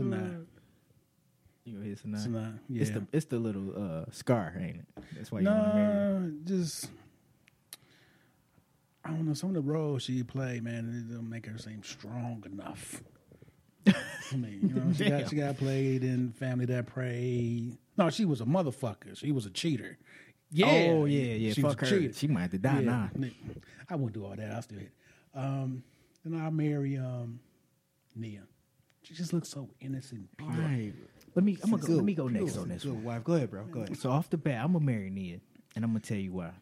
S1: not.
S2: You gonna hit
S1: It's
S2: Sanaa?
S1: not. Yeah.
S2: It's the it's the little uh, scar, ain't it? That's why you want to marry. her.
S1: No, just I don't know. Some of the roles she played, man, it don't make her seem strong enough. I mean, you know, she got she got played in Family That Prayed. No, she was a motherfucker. She was a cheater. Yeah.
S2: Oh yeah, yeah.
S1: She
S2: Fuck
S1: was
S2: her.
S1: a cheater.
S2: She might have to die now.
S1: Yeah. I wouldn't do all that. I'll still hit. Um, then I marry um, Nia. She just looks so innocent. and pure.
S2: Let me. I'm gonna
S3: Good-
S2: go, let me go
S3: good-
S2: next on this
S3: good
S2: one.
S3: wife. Go ahead, bro. Go ahead.
S2: So off the bat, I'm gonna marry Nia, and I'm gonna tell you why.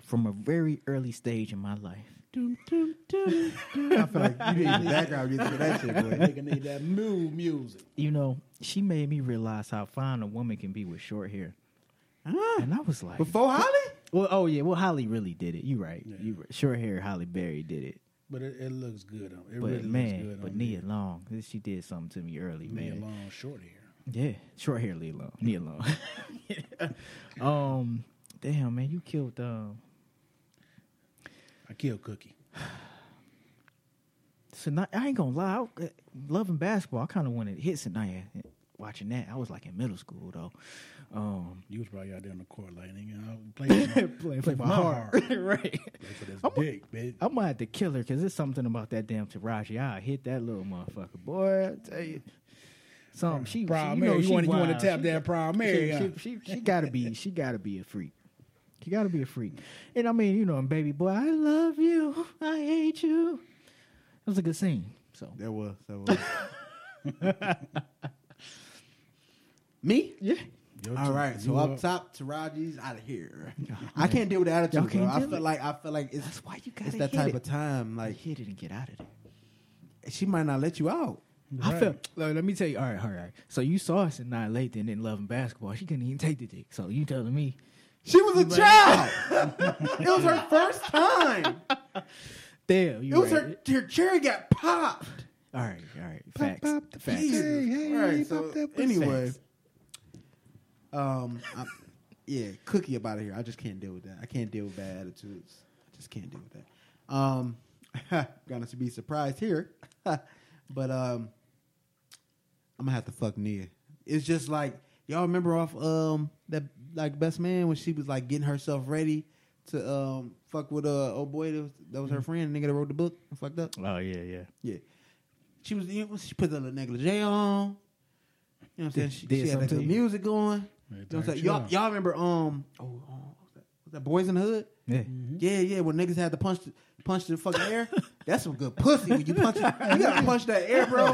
S2: From a very early stage in my life,
S3: I feel like you didn't need background music for that shit, boy.
S1: Nigga need that new music.
S2: you know, she made me realize how fine a woman can be with short hair. And I was like,
S3: Before Holly?
S2: well, oh yeah, well Holly really did it. You right.
S1: Yeah.
S2: You right. short hair Holly Berry did it.
S1: But it, it looks good on. It
S2: But
S1: really looks
S2: man,
S1: good
S2: but
S1: on
S2: Nia Long, she did something to me early,
S1: Nia
S2: man.
S1: long, short hair.
S2: Yeah, short hair, leave alone. Leave alone. um, damn man, you killed. Um,
S1: I killed Cookie.
S2: Sanaya, I ain't gonna lie. I, uh, loving basketball, I kind of wanted to hit Sanaya. Watching that, I was like in middle school though. Um,
S1: You was probably out there on the court lighting. You know, playing for, play for my heart.
S2: right.
S1: Play for this
S2: I'm-
S1: dick, bitch.
S2: I'm gonna have to kill her because there's something about that damn Taraji. I hit that little motherfucker, boy. I tell you, something. She, she
S1: Proud
S2: you
S1: Mary.
S2: know,
S1: You
S2: she
S1: want to
S2: wild.
S1: tap
S2: She-
S1: that Proud Mary? huh?
S3: uh,
S2: She, she, she, she gotta be she gotta be a freak. She gotta be a freak. And I mean, you know, and baby boy, I love you. I hate you. It was a good scene. So
S3: There was. There was. Me?
S2: yeah,
S1: Your
S3: All
S1: turn.
S3: right, so
S1: You
S3: up
S1: up.
S3: top, Taraji's out of here. I can't deal with the attitude,
S2: Y'all can't
S3: bro. I
S2: deal
S3: feel
S2: it.
S3: like I feel like it's
S2: that's why you gotta
S3: it's that
S2: hit
S3: type
S2: it.
S3: of time. Like
S2: hit it and get out of there.
S3: she might not let you out.
S2: I
S1: Right.
S2: felt. Like, let me tell you. All right, all right. all right. So you saw us in Nine Late and didn't love basketball. She couldn't even take the dick. So you telling me?
S3: She was a child. it was her first time.
S2: Damn,
S3: It
S2: you
S3: was
S2: right.
S3: her her cherry got popped.
S2: All right, all right. Facts.
S1: pop the
S2: Facts.
S1: keys. Hey,
S3: Jesus.
S1: hey,
S3: All
S1: hey, pop
S3: right, so
S1: that pussy.
S3: anyway,
S2: Facts.
S3: um, I'm- yeah, cookie up out of here. I just can't deal with that. I can't deal with bad attitudes. I just can't deal with that. Um, gonna be surprised here, but um, I'm gonna have to fuck Nia. It's just like y'all remember off um that like best man when she was like getting herself ready to um fuck with uh oh boy that was, that was her friend nigga that wrote the book and fucked up.
S2: Oh yeah, yeah.
S3: Yeah. She was you know, she put the little negligee on. You know what I'm saying? She,
S2: Did
S3: she had that
S2: something.
S3: good music going.
S1: Yeah,
S3: You know what I'm saying?
S1: turn
S3: Y'all,
S1: it
S3: y'all remember um oh, oh what was, that? was that Boys in the Hood?
S2: Yeah.
S3: Yeah, yeah, when niggas had to punch the punch the fucking air. That's some good pussy when you punch it. You gotta punch that air, bro.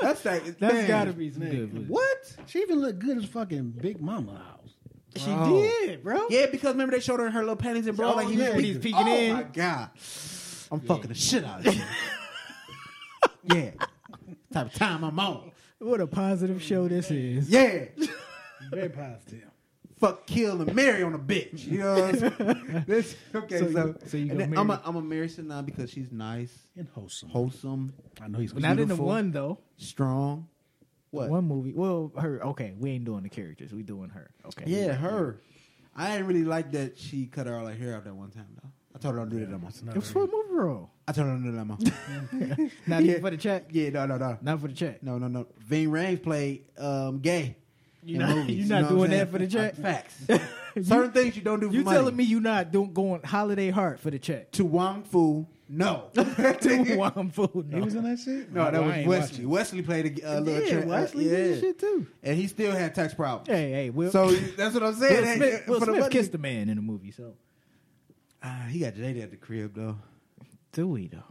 S3: That's that
S2: That's
S3: man.
S2: gotta be some
S1: Nigga.
S2: good. pussy.
S3: What?
S1: She even looked good as fucking Big Mama house.
S2: She
S3: Bro.
S2: did, bro.
S3: Yeah, because remember they showed her in her little panties and bra
S1: Oh,
S3: like he
S1: yeah.
S3: was
S1: When
S2: he was peeking
S3: oh,
S2: in.
S3: my god. I'm fucking the shit out of you. yeah. Type of time I'm on.
S2: What a positive show this is.
S3: Yeah.
S1: Very positive.
S3: fuck, kill, and marry on a bitch. You know what I'm saying? This- okay,
S2: So
S3: so,
S2: you- so you
S3: and
S2: gonna
S3: then
S2: marry-
S3: I'm a, I'm a marry Sanaa because she's nice,
S1: And wholesome.
S3: wholesome,
S1: I know he's
S2: Not in the
S1: beautiful.
S2: one though.
S3: strong, What?
S2: One movie. Well, her. Okay, we ain't doing the characters. We doing her. Okay.
S3: Yeah, her. I didn't really like that she cut her all her hair out that one time though. I told her don't do that no more.
S2: It was for a movie role.
S3: I told her don't do that no more.
S2: Not
S3: Yeah.
S2: even for the check.
S3: yeah, no, no, no,
S2: Not for the check.
S3: no, no, no. Ving Rhames played um, gay.
S2: You
S3: in
S2: not-
S3: movies,
S2: you not
S3: know
S2: doing
S3: what I'm
S2: that
S3: saying?
S2: for the check?
S3: Uh, Facts. Certain things you don't do. For
S2: You
S3: money.
S2: telling me you not doing going holiday heart for the check?
S3: to Wong Fu? No, no,
S2: to one food.
S1: He was in that shit.
S3: that
S1: I
S3: was
S1: ain't
S3: Wesley.
S1: watching.
S3: Wesley played a uh, little
S2: yeah,
S3: trick.
S2: Wesley
S3: uh,
S2: did this shit too.
S3: and he still had tax problems.
S2: Hey, hey, Will.
S3: So that's what I'm saying.
S2: Will
S3: Hey,
S2: Smith,
S3: uh,
S2: Will
S3: for the
S2: Smith
S3: money-
S2: kissed a man in the movie. So
S3: Ah, he got jaded at the crib though.
S2: do we though?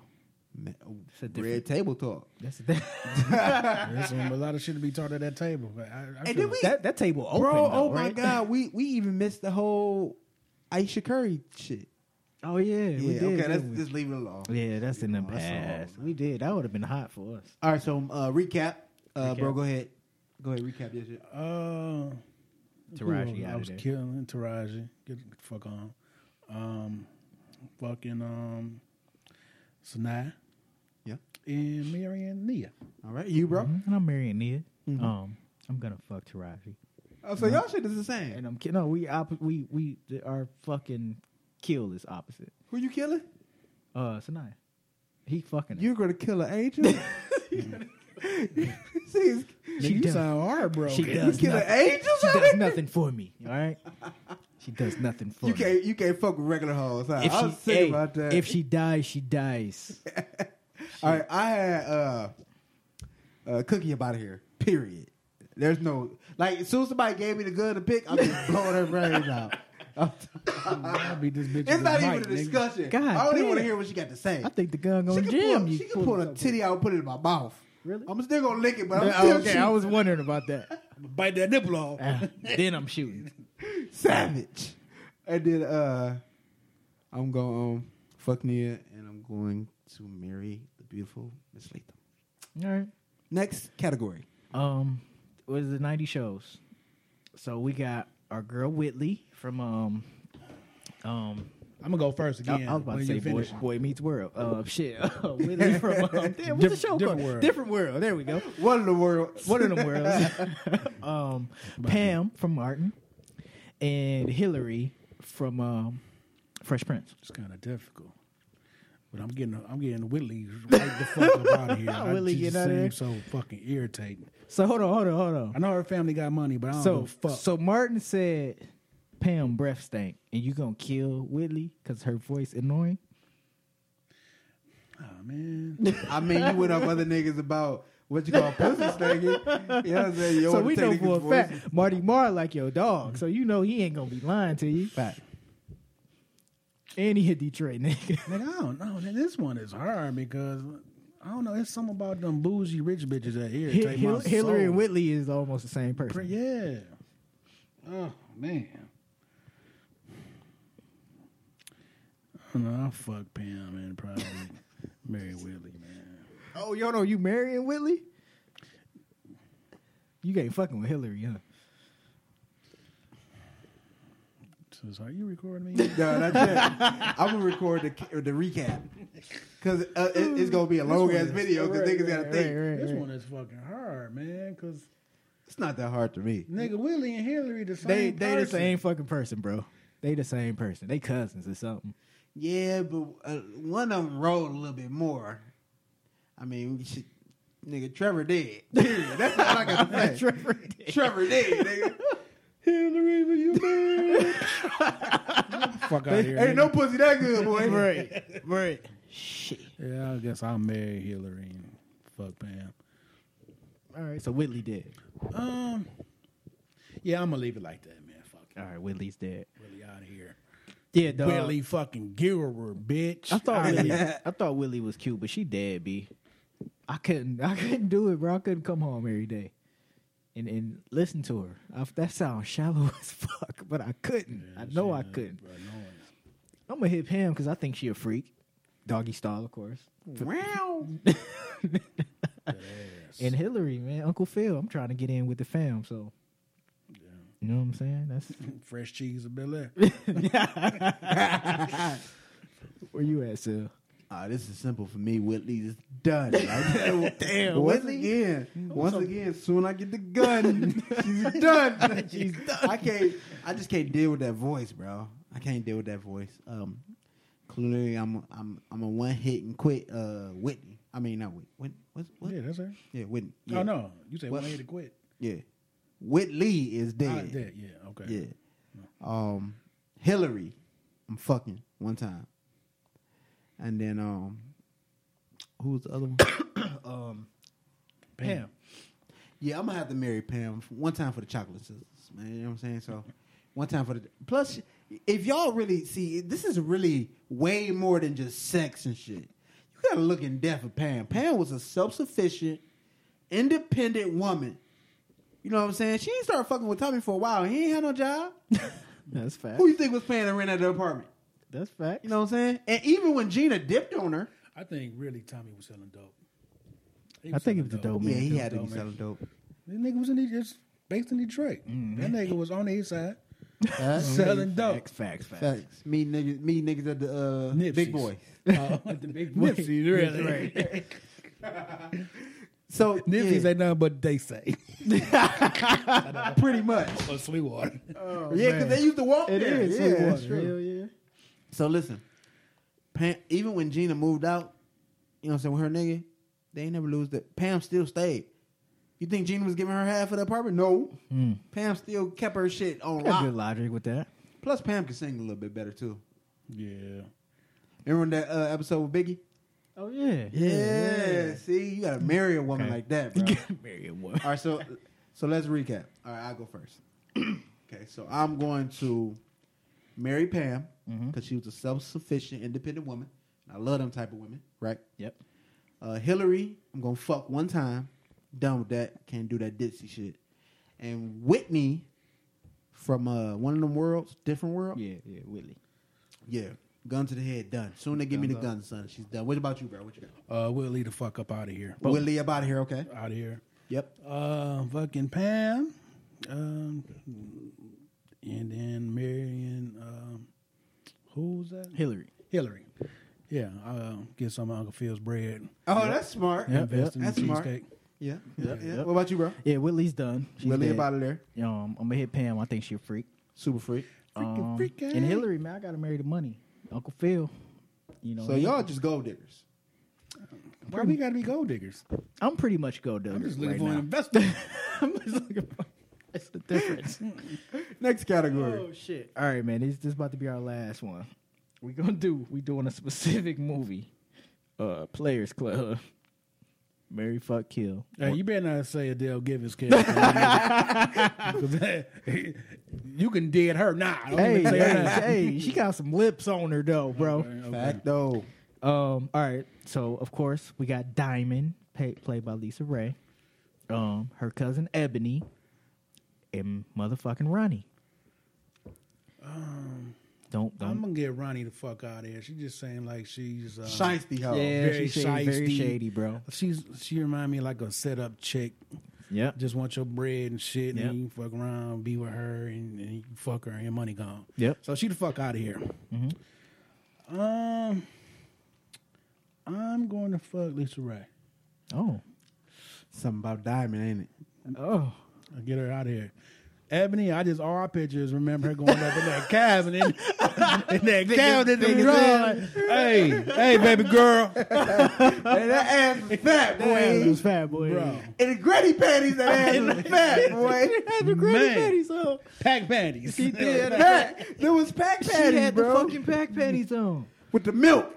S3: Man,
S2: a
S3: Red table talk.
S2: That's that.
S1: There's some- a lot of shit to be taught at that table. But I, I
S3: And
S1: feel
S3: then we,
S2: that, that table open.
S3: bro,
S2: though,
S3: oh my
S2: right?
S3: god, we we even missed the whole Aisha Curry shit.
S2: Oh yeah, we
S3: Yeah,
S2: did.
S3: okay, let's
S2: didn't we?
S3: just leave it alone.
S2: yeah, that's in the
S3: know, that's all.
S2: past. we did. That would have been hot for us.
S3: All right, so uh, recap. Uh, Bro,
S2: Recap.
S3: go ahead. Go ahead, recap your shit.
S1: Uh, who
S2: Taraji
S1: was-
S2: outta
S1: I was
S2: there.
S1: killing Taraji. Get the fuck on. Um, fucking um, Sanaa.
S3: Yeah.
S1: And Marianne Nia.
S3: All right, you, bro.
S2: Mhm, And I'm marrying Nia.
S3: Mhm.
S2: Um, I'm gonna fuck Taraji.
S3: Oh, so y'all shit is the same.
S2: And I'm kidding. No, we op- we we our fucking kill is opposite.
S3: Who you killing?
S2: Uh, Sanaya. He fucking. her.
S3: You're gonna kill an angel. See,
S2: She
S1: Nigga, you
S2: does-
S1: sound hard, bro.
S2: she
S3: you
S2: does
S3: killing
S2: nothing.
S3: angels?
S2: She
S3: out
S2: does
S3: here?
S2: nothing for me. All right. She does nothing for
S3: You
S2: me.
S3: can't, you can't fuck with regular hoes. Huh?
S2: If
S3: I
S2: she,
S3: was sick
S2: hey,
S3: about that.
S2: if she dies, she dies.
S3: All right, I had uh, uh, cookie up out of here. Period. There's no like. As soon as somebody gave me the gun to pick, I'm just blowing her brains out. I'm t-
S1: I'll beat this bitch. with
S3: it's not
S1: a
S3: even
S1: mic,
S3: a
S1: nigga.
S3: discussion.
S2: God
S3: I don't even
S2: damn.
S3: want to hear what she got to say.
S2: I think the gun
S3: she
S2: gonna
S3: can
S2: jam
S3: pull,
S2: you.
S3: she can pull a
S2: up.
S3: titty out and put it in my mouth.
S2: Really?
S3: I'm still gonna lick it, but I'm
S2: Yeah,
S3: still
S2: Uh, okay, I was wondering about that.
S1: Bite that nipple off.
S2: Ah, then I'm shooting.
S3: shooting. savage. And then uh, I'm going um, fuck Nia, and I'm going to marry the beautiful Miss Latham.
S2: All right.
S3: Next category.
S2: Um, what is the ninety shows? So we got our girl Whitley from um, um.
S1: I'm gonna go first
S2: I-
S1: again.
S2: I, was about to
S1: when
S2: say
S1: you
S2: boy,
S1: finish.
S2: boy meets world. Uh, shit. Whitley from um, damn, what's
S1: Diff-
S2: the show
S1: Different
S2: called?
S1: World.
S2: Different world. There we go.
S3: What in the world?
S2: One of them worlds. um, Pam from Martin, and Hillary from um, Fresh Prince.
S1: It's kind of difficult. But I'm getting I'm getting Whitley right the fuck up out of here. I
S2: Whitley
S1: just
S2: get outta
S1: seem
S2: here.
S1: so fucking irritating.
S2: So hold on, hold on, hold on.
S1: I know her family got money, but I don't so,
S2: So,
S1: give a fuck.
S2: so Martin said, "Pam breath stank," and you gonna kill Whitley because her voice annoying.
S1: Aw, Ah, man.
S3: I mean, you went up other niggas about what you call pussy slanging. You know what I'm saying? You
S2: so
S3: wanna
S2: we
S3: take
S2: know
S3: niggas'
S2: for a
S3: voices.
S2: fact Marty Marr like your dog, so you know he ain't gonna be lying to you.
S3: Fact.
S2: And he a Detroit nigga.
S1: Nigga, I don't know. Now, This one is hard because I don't know. It's something about them bougie rich bitches that
S2: Hi-
S1: irritate
S2: Hil-
S1: my soul.
S2: Hillary and Whitley is almost the same
S1: Pre-
S2: person.
S1: Yeah. Oh man. I don't know. I'll fuck Pam and probably marry Willie, man.
S2: Oh, yo, no, you marrying Whitley? You ain't fucking with Hillary, huh?
S1: So, so are you recording me?
S3: No, that's it. I'm gonna record the the recap because uh, it, it's gonna be a long ass video because niggas gotta think.
S2: Right, right,
S1: this
S2: right.
S1: one is fucking hard, man. Because
S3: It's not that hard to me.
S1: nigga Willie and Hillary the same.
S2: They they the
S1: person.
S2: same fucking person, bro. They the same person. They cousins or something.
S3: Yeah, but uh, one of them rolled a little bit more. I mean, we should, nigga, Trevor did. Period. That's all I gotta say.
S2: Trevor did.
S3: Trevor did, nigga.
S1: Hillary, will you marry? Fuck out here.
S3: Ain't
S1: nigga.
S3: no pussy that good, boy.
S2: right, right. Shit.
S1: Yeah, I guess I'll marry Hillary and fuck Pam.
S2: All right, so Whitley dead.
S1: Um, yeah, I'm gonna leave it like that, man. Fuck
S2: All right, Whitley's dead.
S1: Willie out of here.
S2: Yeah, dog.
S1: Willie fucking Gilbert, bitch.
S2: I thought
S1: Outta
S2: Willie,
S1: here.
S2: I thought Willie was cute, but she dead, b. I couldn't, I couldn't do it, bro. I couldn't come home every day and and listen to her. I, that sounds shallow as fuck, but I couldn't. I know I couldn't.
S1: Annoying.
S2: I'm gonna hit Pam because I think she a freak, doggy style, of course.
S3: Wow.
S2: And Hillary, man, Uncle Phil. I'm trying to get in with the fam, so you know what I'm saying. That's
S1: Fresh cheese of Bel Air.
S2: where you at, Sil.
S3: ah, this is simple for me. Whitley is done. Like,
S1: Damn,
S3: once
S1: Whitley.
S3: again, once again, soon I get the gun. She's done. She's done. I can't. I just can't deal with that voice, bro. I can't deal with that voice. Um, clearly, I'm I'm I'm a one hit and quit. Uh, Whitney. I mean, not Whitney. Whit, what's, what?
S1: Yeah,
S3: Yeah,
S1: that's her.
S3: Whitney.
S1: Oh
S3: Yeah.
S1: no, you said
S3: What?
S1: one way to quit.
S3: Yeah, Whitley is
S1: Yeah.
S3: dead.
S1: dead. Yeah. Okay.
S3: Yeah. Um, Hillary, I'm fucking one time, and then um, who was the other one? um,
S1: Pam.
S3: yeah, I'm gonna have to marry Pam f- one time for the chocolate sisters, man. You know what I'm saying? So, one time for the plus, if y'all really see, this is really way more than just sex and shit. You gotta look in depth at Pam. Pam was a self sufficient, independent woman. You know what I'm saying? She ain't started fucking with Tommy for a while. He ain't had no job.
S2: That's fact.
S3: Who you think was paying the rent at the apartment?
S2: That's fact.
S3: You know what I'm saying? And even when Gina dipped on her,
S1: I think really Tommy was selling dope. He
S2: I think it was
S1: selling
S2: the dope man. Yeah,
S1: was dope man.
S3: dope.
S1: This nigga was in the, just based in Detroit.
S2: Mm-hmm.
S1: That nigga was on the east side selling dope.
S2: Facts, facts, facts.
S3: Facts. Me niggas, me niggas at the uh,
S1: Nipsey's.
S3: big boy.
S1: Oh, the big boy. Nipsey, really.
S3: So
S1: Nipsey
S3: yeah,
S1: say nothing but they say.
S3: pretty much.
S1: or Sweetwater.
S3: yeah, because they used to walk
S2: It
S3: there.
S2: is.
S3: yeah,
S2: Sweetwater.
S3: that's true.
S2: Hell yeah.
S3: So listen, Pam, even when Gina moved out, you know what I'm saying, with her nigga, they ain't never lose that. Pam still stayed. You think Gina was giving her half of the apartment? No.
S2: Hmm.
S3: Pam still kept her shit on
S2: Got good
S3: lock.
S2: logic with that.
S3: Plus, Pam can sing a little bit better too.
S1: Yeah.
S3: Remember that uh, episode with Biggie?
S2: Oh yeah.
S3: Yeah, see, you gotta marry a woman
S2: Okay.
S3: like that, bro.
S2: Marry a woman.
S3: All right, so so let's recap. All right, I'll go first. okay, so I'm going to marry Pam because she was a self-sufficient, independent woman. And I love them type of women, right?
S2: Yep.
S3: Uh, Hillary, I'm gonna fuck one time. Done with that. Can't do that ditzy shit. And Whitney from uh, one of them worlds, different world.
S2: Yeah, yeah, Willie.
S3: Yeah. Gun to the head, done. Soon they give me the gun, son. She's done. What about you, bro? What you got?
S1: Uh, we'll leave the fuck up out of here.
S3: We'll leave up out of here, okay?
S1: Out of here.
S3: Yep.
S1: Uh, fucking Pam. Um, and then Marion. Um, who was that?
S2: Hillary.
S1: Hillary. Yeah, uh, get some of Uncle Phil's bread.
S3: Oh, that's smart.
S1: Yep, invest in
S3: That's
S1: the
S3: smart.
S1: cheesecake.
S3: Yeah, yeah, yeah.
S2: yep.
S3: What about you, bro?
S2: Yeah, Willie's done. She's
S3: Willie
S2: dead.
S3: about it there.
S2: Um, I'm gonna hit Pam. I think she a freak.
S3: Super freak.
S2: Um,
S1: freak
S2: and Hillary, man, I gotta marry the money. Uncle Phil. You know.
S3: So y'all just gold diggers.
S1: Why we gotta be gold diggers?
S2: I'm pretty much go done.
S1: I'm just looking
S2: right
S1: for an
S2: now.
S1: investment.
S2: I'm just looking for. That's the difference.
S3: Next category.
S2: oh shit! All right, man. This this about to be our last one. We gonna do. We doing a specific movie. Uh, Players Club. Marry, fuck, kill.
S1: Hey, you better not say Adele Givens character. 'Cause you can dead her now. Nah, don't
S2: Hey,
S1: even say her name.
S2: hey, hey, she got some lips on her though, bro.
S1: Okay.
S3: Facto.
S2: Um, all right. So of course we got Diamond, pay, played by Lisa Ray. Um, her cousin Ebony, and motherfucking Ronnie. don't
S1: Um, I'm
S2: don't.
S1: gonna get Ronnie the fuck out of here. She just saying like she's uh,
S3: Shiesty hoe.
S2: yeah,
S1: very
S2: she's shady, Oh, very
S1: shysty.
S2: shady, bro.
S1: She's she remind me like a set up chick.
S2: Yeah,
S1: Just want your bread and shit, and
S2: Yep.
S1: you fuck around, be with her, and, and you fuck her, and your money gone.
S2: Yep. Mm-hmm.
S1: So she the fuck out of here. Um, I'm going to fuck Lisa Ray.
S2: Oh,
S3: Something about diamond, ain't it?
S2: oh.
S1: I get her out of here. Ebony, I just all I picture is remember her going up in that cabinet, in that cabinet, in the drawer, like, hey, hey, baby girl,
S3: Hey, that ass was
S2: It
S3: fat, boy.
S2: was fat boy.
S1: bro,
S3: And the granny panties, that ass was fat, boy.
S2: Had the
S1: Man.
S2: granny panties on.
S1: pack panties.
S2: She did.
S3: Pack. There was pack
S2: She
S3: panties,
S2: had
S3: bro.
S2: the fucking pack panties on.
S3: With the milk.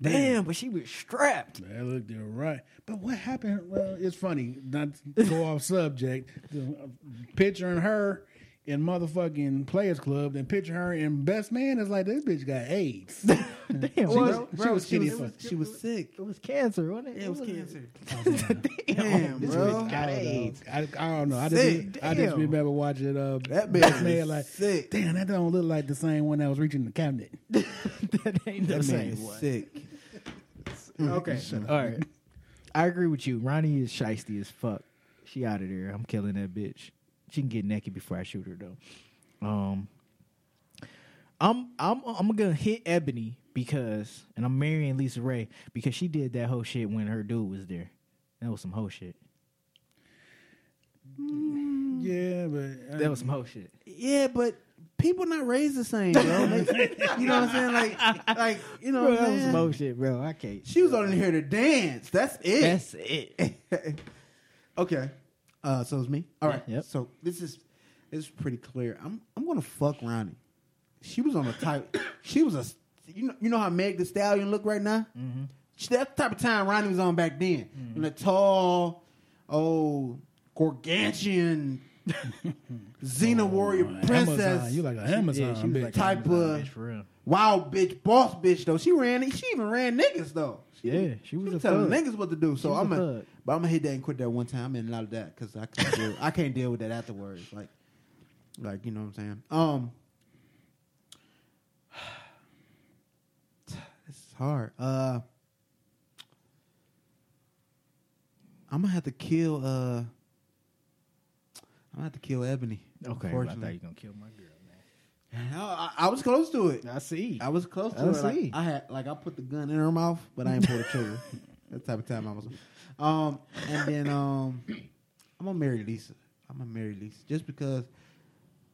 S2: Damn, but she was strapped.
S1: That looked all right. But what happened? Well, it's funny. Not to go off subject. uh, Picturing her in motherfucking Players Club, then picture her in Best Man is like this bitch got AIDS.
S2: Damn,
S3: Bro,
S2: was-
S3: bro,
S1: she was skinny
S3: it
S1: as fuck.
S3: She was sick.
S2: it was cancer, wasn't it?
S3: Yeah, it was cancer.
S2: Damn,
S3: Damn,
S2: this
S3: bro.
S2: bitch got
S1: I don't know.
S2: AIDS.
S1: I, I don't know. I
S3: Sick.
S1: just, I just
S2: Damn.
S1: remember watching uh,
S3: That bitch
S1: Best
S3: was
S1: Man like,
S3: sick.
S1: damn, that don't look like the same one that was reaching the cabinet.
S2: that ain't the
S3: That man
S2: same
S3: is
S2: one.
S3: sick.
S2: Okay, all right. I agree with you. Ronnie is shisty as fuck. She out of there. I'm killing that bitch. She can get naked before I shoot her though. Um, I'm I'm I'm gonna hit Ebony because, and I'm marrying Lisa Ray because she did that whole shit when her dude was there. That was some whole shit.
S1: Yeah, but uh,
S2: That was some whole shit.
S3: Yeah, but people not raised the same, bro. Like, you know what I'm saying? Like, like you know
S2: Bro,
S3: what
S2: that was
S3: I'm
S2: some
S3: saying?
S2: whole shit, bro. I can't.
S3: She was only here to dance. That's it.
S2: That's it.
S3: okay. Uh, so it's me. All right.
S2: Yeah, yep.
S3: So this is this is pretty clear. I'm I'm gonna fuck Ronnie. She was on the type. she was a you know you know how Meg the Stallion look right now. Mm-hmm. She, that's the type of time Ronnie was on back then. In the tall, old gargantuan Xena warrior princess.
S1: Amazon, you like an Amazon
S2: she was
S1: bitch.
S2: like an
S3: type
S2: Amazon
S3: of-
S2: bitch, for real.
S3: wild bitch, boss bitch though. She ran. She even ran niggas though. She,
S2: Yeah, she was a
S3: telling
S2: thug.
S3: niggas what to do. So
S2: was a
S3: I'm gonna,
S2: thug.
S3: but I'm gonna hit that and quit that one time. I'm in and out of that because I can't deal. I can't deal with that afterwards. Like, like you know what I'm saying. Um, this is hard. Uh, I'm gonna have to kill. Uh, I'm gonna have to kill Ebony.
S2: Okay, well, I thought you
S3: unfortunately.
S2: were gonna kill my girl, man.
S3: I, I I was close to it.
S2: I see.
S3: I was close to
S2: I
S3: her. Like,
S2: see.
S3: I had like I put the gun in her mouth, but I ain't pulled the trigger. That's the type of time I was. on. Um, and then um, I'm gonna marry Lisa. I'm gonna marry Lisa just because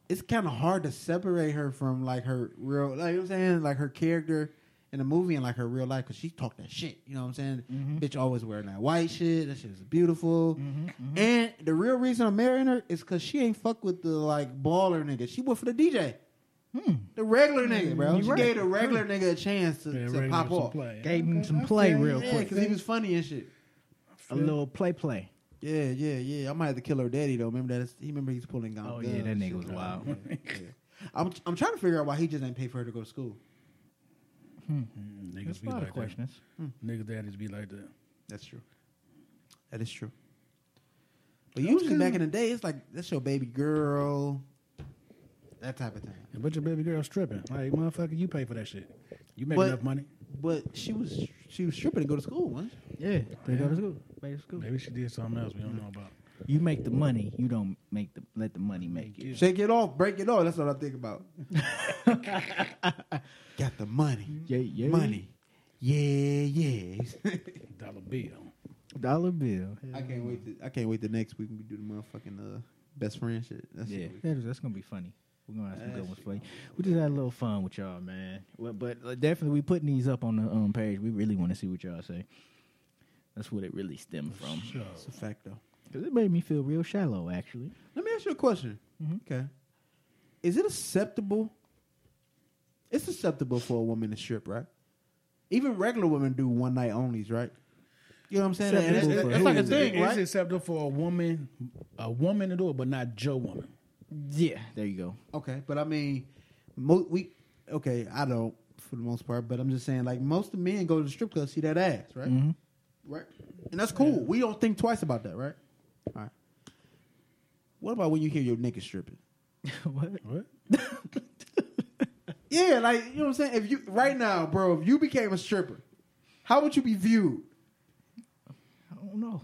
S3: it's kind of hard to separate her from like her real, like you know what I'm saying, like her character in the movie and like her real life because she talked that shit. You know what I'm saying?
S1: Mm-hmm.
S3: Bitch always wearing that white shit. That shit is beautiful.
S1: mm-hmm.
S3: And the real reason I'm marrying her is because she ain't fuck with the like baller nigga. She went for the DJ.
S1: Hmm.
S3: The regular nigga, bro.
S1: Mm-hmm.
S2: You
S3: She
S2: right.
S3: gave the regular nigga a chance to,
S1: yeah,
S3: to
S1: regular
S3: pop
S1: some
S3: off.
S1: play.
S2: Gave him some play real
S3: yeah,
S2: quick.
S3: because he was funny and shit.
S2: A little play, play.
S3: Yeah, yeah, yeah. I might have to kill her daddy though. Remember that? He remember he's pulling out.
S2: Oh,
S3: guns
S2: yeah, that
S3: and
S2: nigga
S3: shit.
S2: was wild.
S3: Yeah, yeah. I'm I'm trying to figure out why he just ain't pay for her to go to school.
S1: niggas
S2: That's a
S1: be
S2: lot
S1: like
S2: of questions.
S1: that. Niggas daddies be like that.
S3: That's true. That is true. But usually back in the day, it's like that's your baby girl, that type of thing.
S1: And but your baby girl stripping, like motherfucker, you pay for that shit. You make
S3: But-
S1: enough money.
S3: But she was she was stripping to go to school once.
S2: Yeah, they go to school. Back to school.
S1: Maybe she did something else we don't know about.
S2: You make the money. You don't make the let the money make you.
S3: Shake it off, break it off. That's what I think about. Got the money,
S2: Yeah, yeah.
S3: money, yeah, yeah.
S1: Dollar bill.
S2: dollar bill.
S3: I can't wait. To, I can't wait the next week when we do the motherfucking uh, best friend shit. That's
S2: Yeah,
S3: what we-
S2: that's, that's gonna be funny. We're gonna have some
S3: That
S2: good ones
S3: shit
S2: for you.
S3: gonna be
S2: We just had a little fun with y'all, man. Well, but uh, definitely, we putting these up on the um, page. We really want to see what y'all say. That's what it really stemmed from.
S1: Sure.
S3: It's a fact though.
S2: Cause it made me feel real shallow, actually.
S3: Let me ask you a question.
S2: Mm-hmm.
S3: Okay. Is it acceptable? It's acceptable for a woman to strip, right? Even regular women do one night onlys, right? You know what I'm saying? And That's,
S2: Acceptable
S3: that's,
S2: for
S3: that's like a
S2: who?
S3: thing,
S1: It's
S3: right?
S1: acceptable for a woman, a woman to do it, but not Joe woman.
S2: Yeah, there you go.
S3: Okay, but I mean, mo- we okay. I don't for the most part, but I'm just saying, like most of men go to the strip club see that ass, right? Right, and that's cool. We don't think twice about that, right? All right. What about when you hear your nigga stripping?
S2: what?
S1: What?
S3: Yeah, like you know what I'm saying. If you right now, bro, if you became a stripper, how would you be viewed?
S2: I don't know.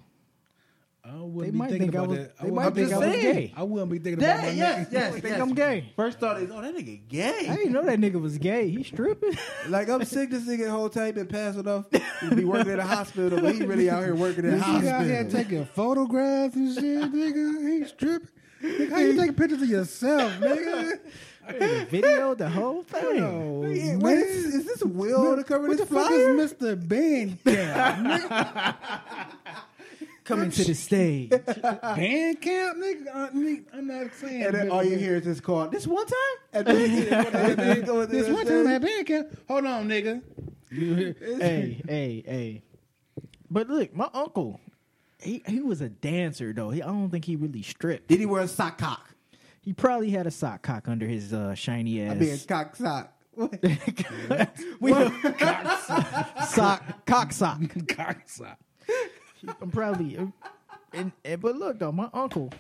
S1: I
S2: They
S1: wouldn't
S2: might
S1: be thinking
S2: think I
S1: about
S2: was.
S1: that. I
S2: They
S1: wouldn't
S2: might
S3: I'm
S1: be
S2: think I
S3: just
S2: was
S3: saying.
S2: gay.
S1: I wouldn't be thinking about my
S3: That, yes,
S1: nigga.
S3: yes,
S2: They think
S3: yes.
S2: I'm gay.
S3: First thought is, oh, that nigga gay.
S2: I didn't know that nigga was gay. He stripping.
S3: Like I'm sick. This nigga whole time been passing off. He be working at a hospital, but he really out here working at a
S1: This nigga out here
S3: hospital.
S1: taking photographs and shit, nigga. He stripping. Nigga, how you taking pictures of yourself, nigga?
S2: the video, the whole thing.
S1: Oh,
S3: Yeah,
S1: man.
S3: wait, is, is this Will to cover
S1: what the
S3: this
S1: fuck
S3: flyer?
S1: is Mr. Ben Camp?
S2: Coming to the stage.
S1: Band camp, nigga. Uh, I, nigga, I'm not saying.
S3: And then all you hear is this call. This one time? At
S1: This
S3: this
S1: one time at band camp. Hold on, nigga. You hear?
S2: hey, hey, hey. But look, my uncle, he, he was a dancer though. He, I don't think he really stripped.
S3: Did he wear a sock cock?
S2: He probably had a sock cock under his uh, shiny
S3: I mean, a
S2: ass.
S3: cock sock.
S2: we sock cock sock.
S1: Cocksucker.
S2: I'm probably. uh, And, and but look though, my uncle,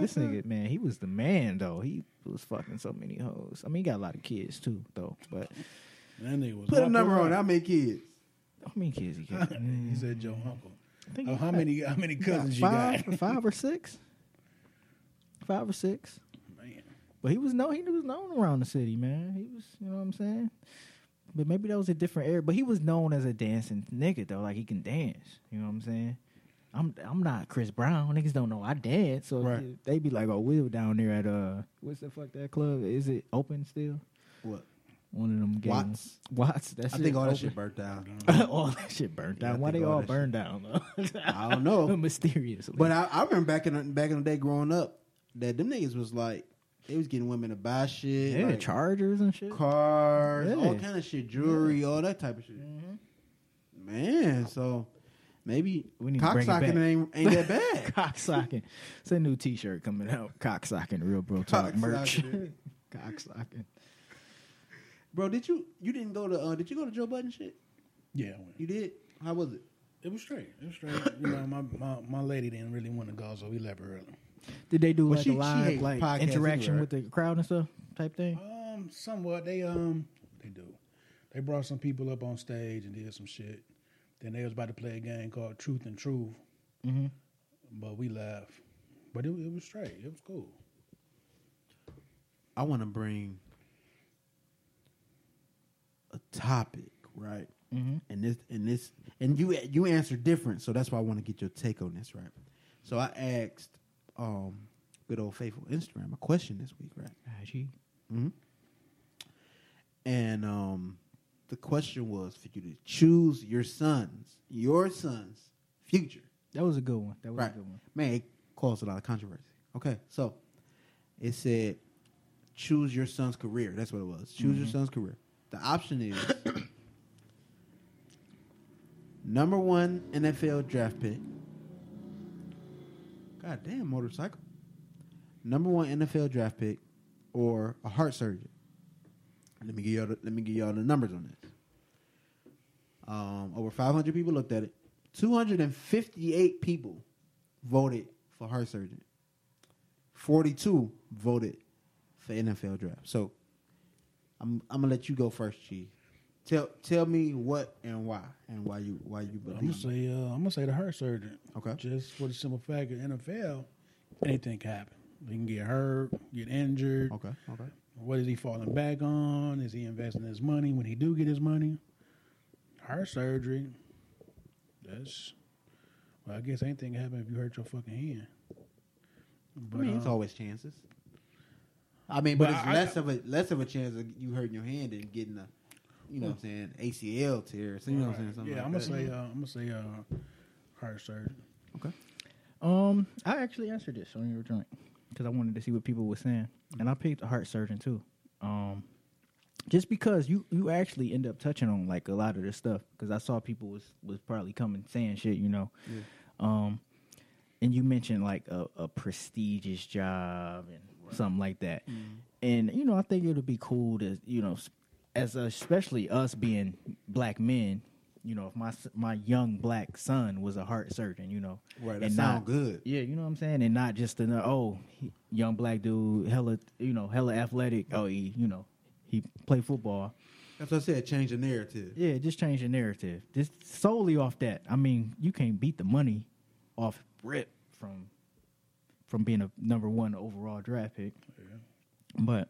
S2: this nigga man, he was the man though. He was fucking so many hoes. I mean, he got a lot of kids too though. But
S1: That nigga was
S3: Put a
S1: not
S3: number on.
S1: polite.
S3: it. How many kids?
S2: how many kids he got?
S1: He said, "Joe, uncle.
S2: I think
S1: Oh,
S2: he
S1: how
S2: got-
S1: many? How many
S2: he got
S1: cousins you
S2: five,
S1: got?"
S2: five or six. Five or six.
S1: Man.
S2: But he was known. He was known around the city, man. He was, you know what I'm saying. But maybe that was a different era. But he was known as a dancing nigga though. Like he can dance. You know what I'm saying. I'm I'm not Chris Brown. Niggas don't know I dance. So
S1: Right.
S2: they be like, oh, we were down there at uh, what's the fuck that club? Is it open still?
S3: What?
S2: One of them games.
S3: Watts?
S2: Watts. That's
S3: I think all that shit burnt down.
S2: all that shit burned
S3: Yeah, I
S2: down. Why
S3: think
S2: they
S3: all
S2: all
S3: that
S2: burned down though?
S3: I don't know.
S2: Mysteriously.
S3: But I, I remember back in the, back in the day growing up that them niggas was like they was getting women to buy shit,
S2: yeah,
S3: like
S2: Chargers and shit.
S3: cars, all
S2: Yeah.
S3: kind of shit, jewelry, all that type of shit. Man, so maybe
S2: We need to bring it
S3: cocksocking
S2: back.
S3: ain't ain't that bad.
S2: Cocksocking. It's a new T-shirt coming out. Cocksocking, real bro talk merch.
S3: Cocksocking.
S2: Cocksocking.
S3: Bro, did you you didn't go to uh, did you go to Joe Budden shit?
S1: Yeah, I went.
S3: You did. How was it?
S1: it was straight. It was straight. you know, my, my my lady didn't really want to go, so we left her early.
S2: Did they do
S3: Well,
S2: like
S3: she-
S2: a
S3: she
S2: live
S3: hates podcasts
S2: like interaction
S3: anyway,
S2: with the crowd and stuff type thing?
S1: Um, somewhat. They um they do. They brought some people up on stage and did some shit. Then they was about to play a game called Truth and Truth,
S2: Mm-hmm.
S1: but we left. But it, it was straight. It was cool.
S3: I want to bring a topic, right?
S2: Mhm.
S3: And this and this and you you answer different, so that's why I want to get your take on this, right? So I asked um good old faithful Instagram a question this week, right?
S2: Ah,
S3: Mm-hmm. And um the question was for you to choose your sons, your son's future.
S2: That was a good one. That was
S3: Right.
S2: a good one.
S3: Man, it caused a lot of controversy. Okay, so it said choose your son's career. That's what it was. Choose
S2: Mm-hmm.
S3: your son's career. The option is number one NFL draft pick. God damn, motorcycle. Number one NFL draft pick or a heart surgeon. Let me give y'all the, let me give y'all the numbers on this. Um, over 500 people looked at it. 258 people voted for heart surgeon. 42 voted for NFL draft. So I'm I'm gonna let you go first, Chief. Tell tell me what and why and why you why you
S1: I'm gonna
S3: believe.
S1: say uh, I'm gonna say the heart surgeon.
S3: Okay.
S1: Just for the simple fact of NFL, anything can happen. They can get hurt, get injured.
S3: Okay, okay.
S1: What is he falling back on? Is he investing his money when he do get his money? Heart surgery. That's well, I guess anything can happen if you hurt your fucking hand. But,
S3: I mean, it's
S1: um,
S3: always chances. I mean, but,
S1: But
S3: it's
S1: I-
S3: less of a less of a chance of you hurting your hand than getting a, you know, what I'm saying ACL tear. So you know, what I'm saying something
S1: yeah,
S3: like
S1: I'm gonna
S3: that.
S1: say uh, I'm gonna say uh, heart surgery.
S3: okay.
S2: Um, I actually answered this on your joint because I wanted to see what people were saying, and I picked a heart surgeon too. Um, just because you you actually end up touching on like a lot of this stuff because I saw people was was probably coming saying shit, you know. Um, and you mentioned like a, a prestigious job and something like that,
S3: Mm-hmm.
S2: and you know I think it would be cool to you know s- as especially us being black men. You know, if my s- my young black son was a heart surgeon, you know,
S3: Right, that
S2: and
S3: sound
S2: not-
S3: good.
S2: yeah, you know what I'm saying, and not just another oh, he- young black dude, hella, you know, hella athletic. Oh, he, you know, he play football.
S3: That's what I said. Change the narrative.
S2: Yeah, just change the narrative. Just solely off that. I mean, you can't beat the money off rip from from being a number one overall draft pick. But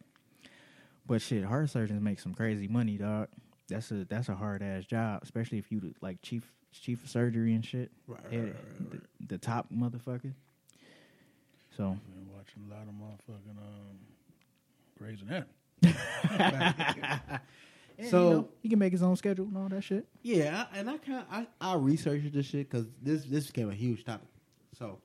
S2: but shit, heart surgeons make some crazy money, dog. That's a that's a hard ass job, especially if you do, like chief chief of surgery and shit.
S3: Right, right,
S2: Yeah,
S3: right, right,
S2: the, the top motherfucker. So
S1: Been watching a lot of motherfucking um, Grey's Anatomy.
S2: so
S3: So-
S2: you know, he can make his own schedule and all that shit.
S3: Yeah, I, and I kind I, I researched this shit because this this became a huge topic. So,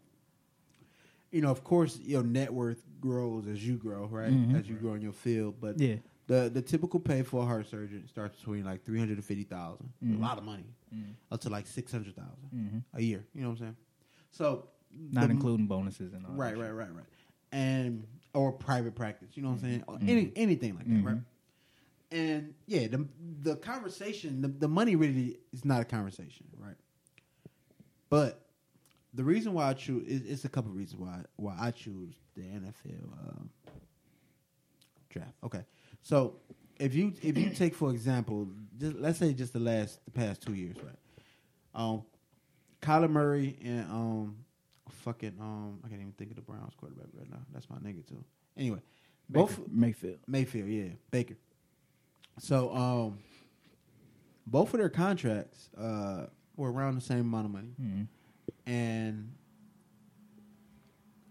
S3: you know, of course, your net worth grows as you grow, right? As you grow in your field, but
S2: Mm-hmm. Yeah.
S3: the the typical pay for a heart surgeon starts between like three hundred and fifty thousand,
S2: Mm-hmm.
S3: a lot of money, up to like six a year. You know what I'm saying? So,
S2: Not
S3: the-
S2: including bonuses and all that
S3: Right,
S2: shit.
S3: right, right, right. And or private practice, you know what I'm saying? Or
S2: Mm-hmm.
S3: Any, anything like that, right? And yeah, the the conversation, the, the money really is not a conversation, right? But the reason why I choose is it's a couple reasons why why I choose the NFL um, draft. Okay, so if you if you take for example, just, let's say just the last the past two years, right? Um, Kyler Murray and um, fucking um, I can't even think of the Browns quarterback right now. That's my nigga too. Anyway, Both
S2: Mayfield.
S3: Mayfield, yeah, Baker. So um, both of their contracts uh, were around the same amount of money,
S2: Mhm.
S3: and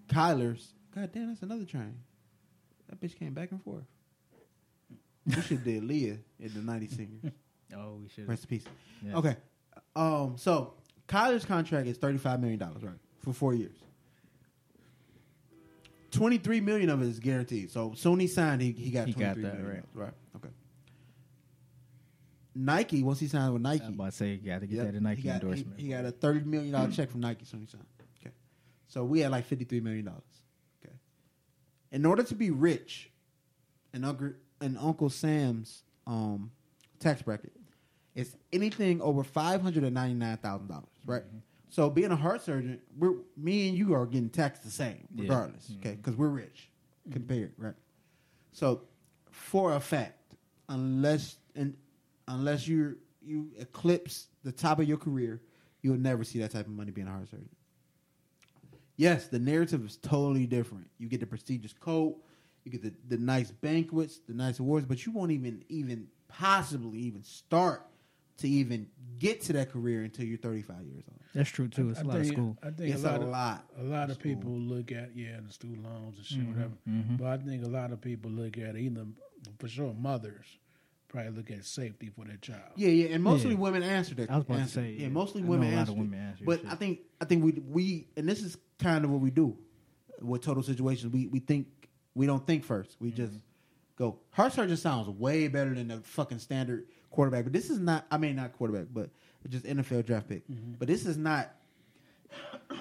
S3: Kyler's. God damn, that's another train. That bitch came back and forth. We should did Leah in the '90 singers.
S2: Oh, we should.
S3: Rest in peace.
S2: Yeah.
S3: Okay. Um. So Kyler's contract is thirty-five million dollars, right, for four years. Twenty-three million of it is guaranteed. So soon he signed, he, he got
S2: He got
S3: twenty-three
S2: that,
S3: million dollars, right? Okay. Nike. Once he signed with Nike,
S2: I'm about to say you got to get
S3: Yep.
S2: that a Nike
S3: he got, he-
S2: endorsement.
S3: He, got a thirty million dollar check from Nike. So he signed. Okay, so we had like fifty three million dollars. Okay, in order to be rich, in Uncle in Uncle Sam's um, tax bracket, it's anything over five hundred and ninety nine thousand dollars. Right. So being a heart surgeon, we're me and you are getting taxed the same
S2: Yeah.
S3: regardless. Okay, because we're rich compared. Right. So for a fact, unless and unless you you eclipse the top of your career, you'll never see that type of money being a heart surgeon. Yes, the narrative is totally different. You get the prestigious coat, you get the, the nice banquets, the nice awards, but you won't even even possibly even start to even get to that career until you're 35 years old.
S2: That's true too. It's a
S1: I
S2: lot of
S1: think-
S2: school.
S1: I think
S3: It's
S1: a lot,
S3: a
S1: of,
S3: lot
S1: A lot
S3: of
S1: of
S3: school.
S1: people look at yeah, the student loans and shit,
S3: Mm-hmm,
S1: whatever. But I think a lot of people look at either for sure mothers probably look at safety for their child.
S3: Yeah, yeah, and mostly
S2: Yeah.
S3: women answered that.
S2: I was about to
S3: answered
S2: say,
S3: it. yeah,
S2: yeah.
S3: mostly
S2: I know
S3: women
S2: a lot of
S3: answered. it.
S2: women answered
S3: but
S2: shit.
S3: I think I think we we and this is kind of what we do with total situations. We we think we don't think first.
S2: Mm-hmm.
S3: We just go. Heart surgeon sounds way better than the fucking standard quarterback. But this is not. I mean, not quarterback, but just NFL draft pick.
S2: Mm-hmm.
S3: But this is not.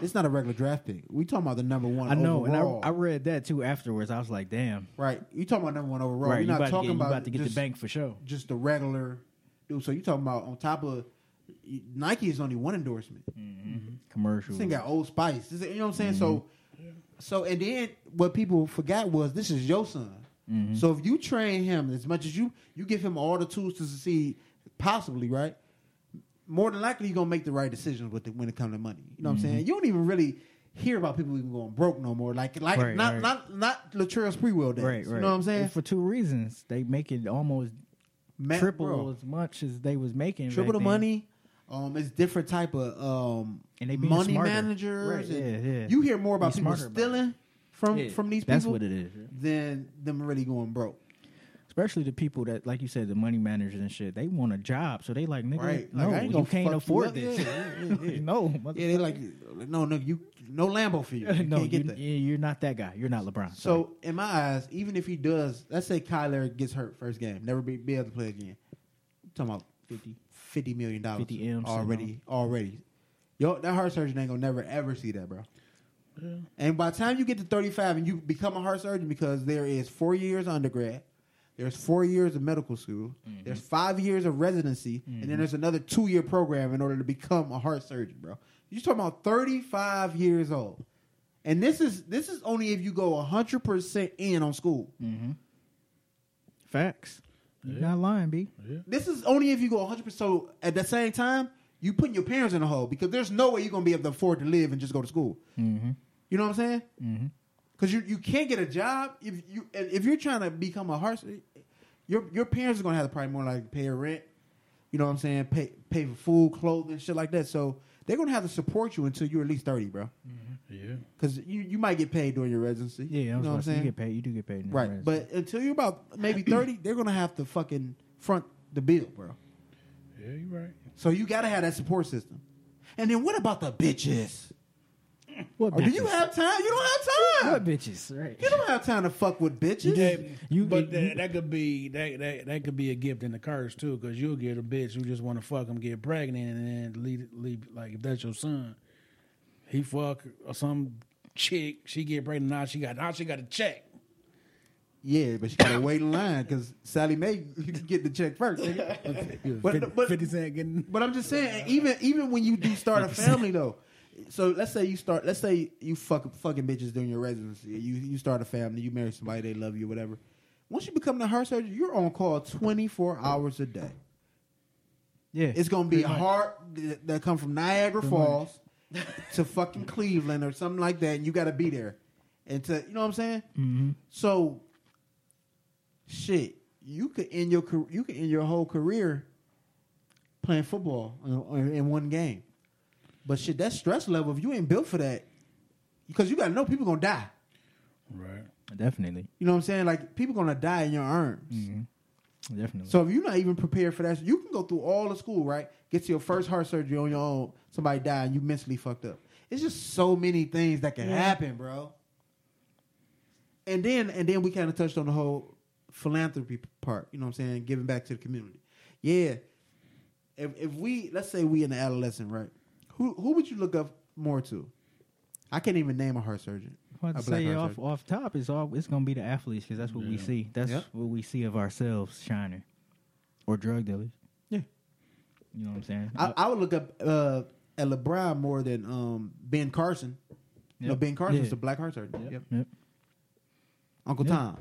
S3: It's not a regular draft pick. We talking about the number one.
S2: I know,
S3: overall.
S2: and I, I read that too afterwards. I was like, damn.
S3: right. You talking about number one overall?
S2: right,
S3: You're
S2: you
S3: not
S2: about,
S3: talking
S2: to get, you
S3: about
S2: about to get
S3: just-
S2: the bank for sure.
S3: just the regular dude. So you talking about on top of Nike is only one endorsement. Mm-hmm.
S2: Commercial.
S3: This thing got Old Spice. This- you know what I'm saying? So,
S2: Mm-hmm.
S3: so and then what people forgot was this is your son.
S2: Mm-hmm.
S3: So if you train him as much as you you give him all the tools to succeed, possibly right. More than likely, you're gonna make the right decisions with the, when it comes to money. You know
S2: Mm-hmm.
S3: what I'm saying? You don't even really hear about people even going broke no more. Like like
S2: Right,
S3: not,
S2: right.
S3: not not Latrell's pre will days.
S2: right, right.
S3: You know what I'm saying?
S2: And for two reasons, they make it almost
S3: Ma-
S2: triple
S3: bro.
S2: as much as they was making. back
S3: triple the
S2: then.
S3: money. Um, it's different type of um
S2: And they being
S3: money
S2: smarter.
S3: managers.
S2: Right,
S3: and
S2: yeah, yeah.
S3: You hear more about
S2: Be
S3: people
S2: smarter about it.
S3: stealing from
S2: Yeah,
S3: from these people
S2: That's what it is.
S3: than them really going broke.
S2: Especially the people that, like you said, the money managers and shit. They want a job, so they like, nigga,
S3: Right?
S2: no,
S3: I ain't
S2: you
S3: gonna fuck
S2: can't afford
S3: up.
S2: this.
S3: Yeah, yeah, yeah, yeah.
S2: no,
S3: Yeah, they like no, no, you no Lambo for you. You
S2: no,
S3: can't get
S2: you,
S3: that.
S2: yeah, you're not that guy. You're not LeBron. Sorry.
S3: So in my eyes, even if he does, let's say Kyler gets hurt first game, never be, be able to play again. I'm talking about 50, 50 million dollars
S2: 50 M's, you
S3: already, already. Yo, that heart surgeon ain't gonna never ever see that, bro. And by the time you get to 35 and you become a heart surgeon, because there is four years undergrad, there's four years of medical school,
S2: Mm-hmm.
S3: there's five years of residency, and then there's another two year program in order to become a heart surgeon, bro. You're talking about 35 years old. And this is this is only if you go 100% in on school.
S2: facts. You're not lying, b.
S3: This is only if you go 100%. So at the same time, you putting your parents in a hole because there's no way you're going to be able to afford to live and just go to school.
S2: Mm-hmm.
S3: You know what I'm saying?
S2: Mhm.
S3: Because you, you can't get a job if you and if you're trying to become a horse. Your your parents are gonna have to probably more like pay your rent. You know what I'm saying? Pay pay for food, clothing, shit like that. So they're gonna have to support you until you're at least thirty, bro.
S1: Yeah.
S3: Because you, you might get paid during your residency.
S2: Yeah, I was
S3: you know what I'm
S2: about to say,
S3: saying?
S2: You get paid. You do get paid, in the
S3: right.
S2: rest.
S3: But until you're about maybe thirty, they're gonna have to fucking front the bill, bro.
S1: Yeah, you're right.
S3: So you gotta have that support system. And then what about the bitches?
S2: what
S3: Or do
S2: bitches?
S3: you have time? You don't have time.
S2: what bitches? Right.
S3: You don't have time to fuck with bitches.
S2: you-
S1: but
S2: you-
S1: that, that could be that, that that could be a gift and a curse too, because you'll get a bitch who just want to fuck him, get pregnant, and then leave, leave. Like if that's your son, he fuck or some chick, she get pregnant. Now she got now she got a check.
S3: Yeah, but you gotta wait in line because Sally Mae you can get the check first. nigga. But- but-
S1: Fifty Cent getting
S3: But I'm just saying, even even when you do start a family though, so let's say you start, let's say you fuck fucking bitches during your residency, you you start a family, you marry somebody, they love you, whatever. Once you become the heart surgeon, you're on call 24 hours a day.
S2: yeah.
S3: It's gonna be
S2: Pretty much.
S3: hard th- that come from Niagara Falls to fucking Cleveland or something like that, and you gotta be there. And to you know what I'm saying? Mm-hmm. So shit, you could end your car- you could end your whole career playing football in, in one game. But shit, that stress level, if you ain't built for that, because you gotta know people gonna die.
S1: Right.
S2: Definitely.
S3: You know what I'm saying? Like people gonna die in your arms.
S2: Definitely.
S3: So if you're not even prepared for that, you can go through all the school, right? Get to your first heart surgery on your own. Somebody die, and you mentally fucked up. It's just so many things that can happen, bro. And then and then we kind of touched on the whole philanthropy part. You know what I'm saying? Giving back to the community. Yeah. If if we let's say we in the adolescent, right? Who who would you look up more to? I can't even name a heart surgeon.
S2: Well,
S3: a
S2: to
S3: black
S2: say
S3: heart
S2: off
S3: surgeon.
S2: off top is all it's gonna be the athletes because that's what we
S1: Yeah.
S2: see. That's
S3: Yep.
S2: what we see of ourselves shining, or drug dealers.
S3: Yeah.
S2: you know what I'm saying.
S3: I, I would look up uh, at LeBron more than um, Ben Carson. No,
S2: Yep.
S3: Ben Carson's
S2: Yeah.
S3: the black heart surgeon. Yep.
S2: Yep.
S3: Uncle
S2: Yeah.
S3: Tom.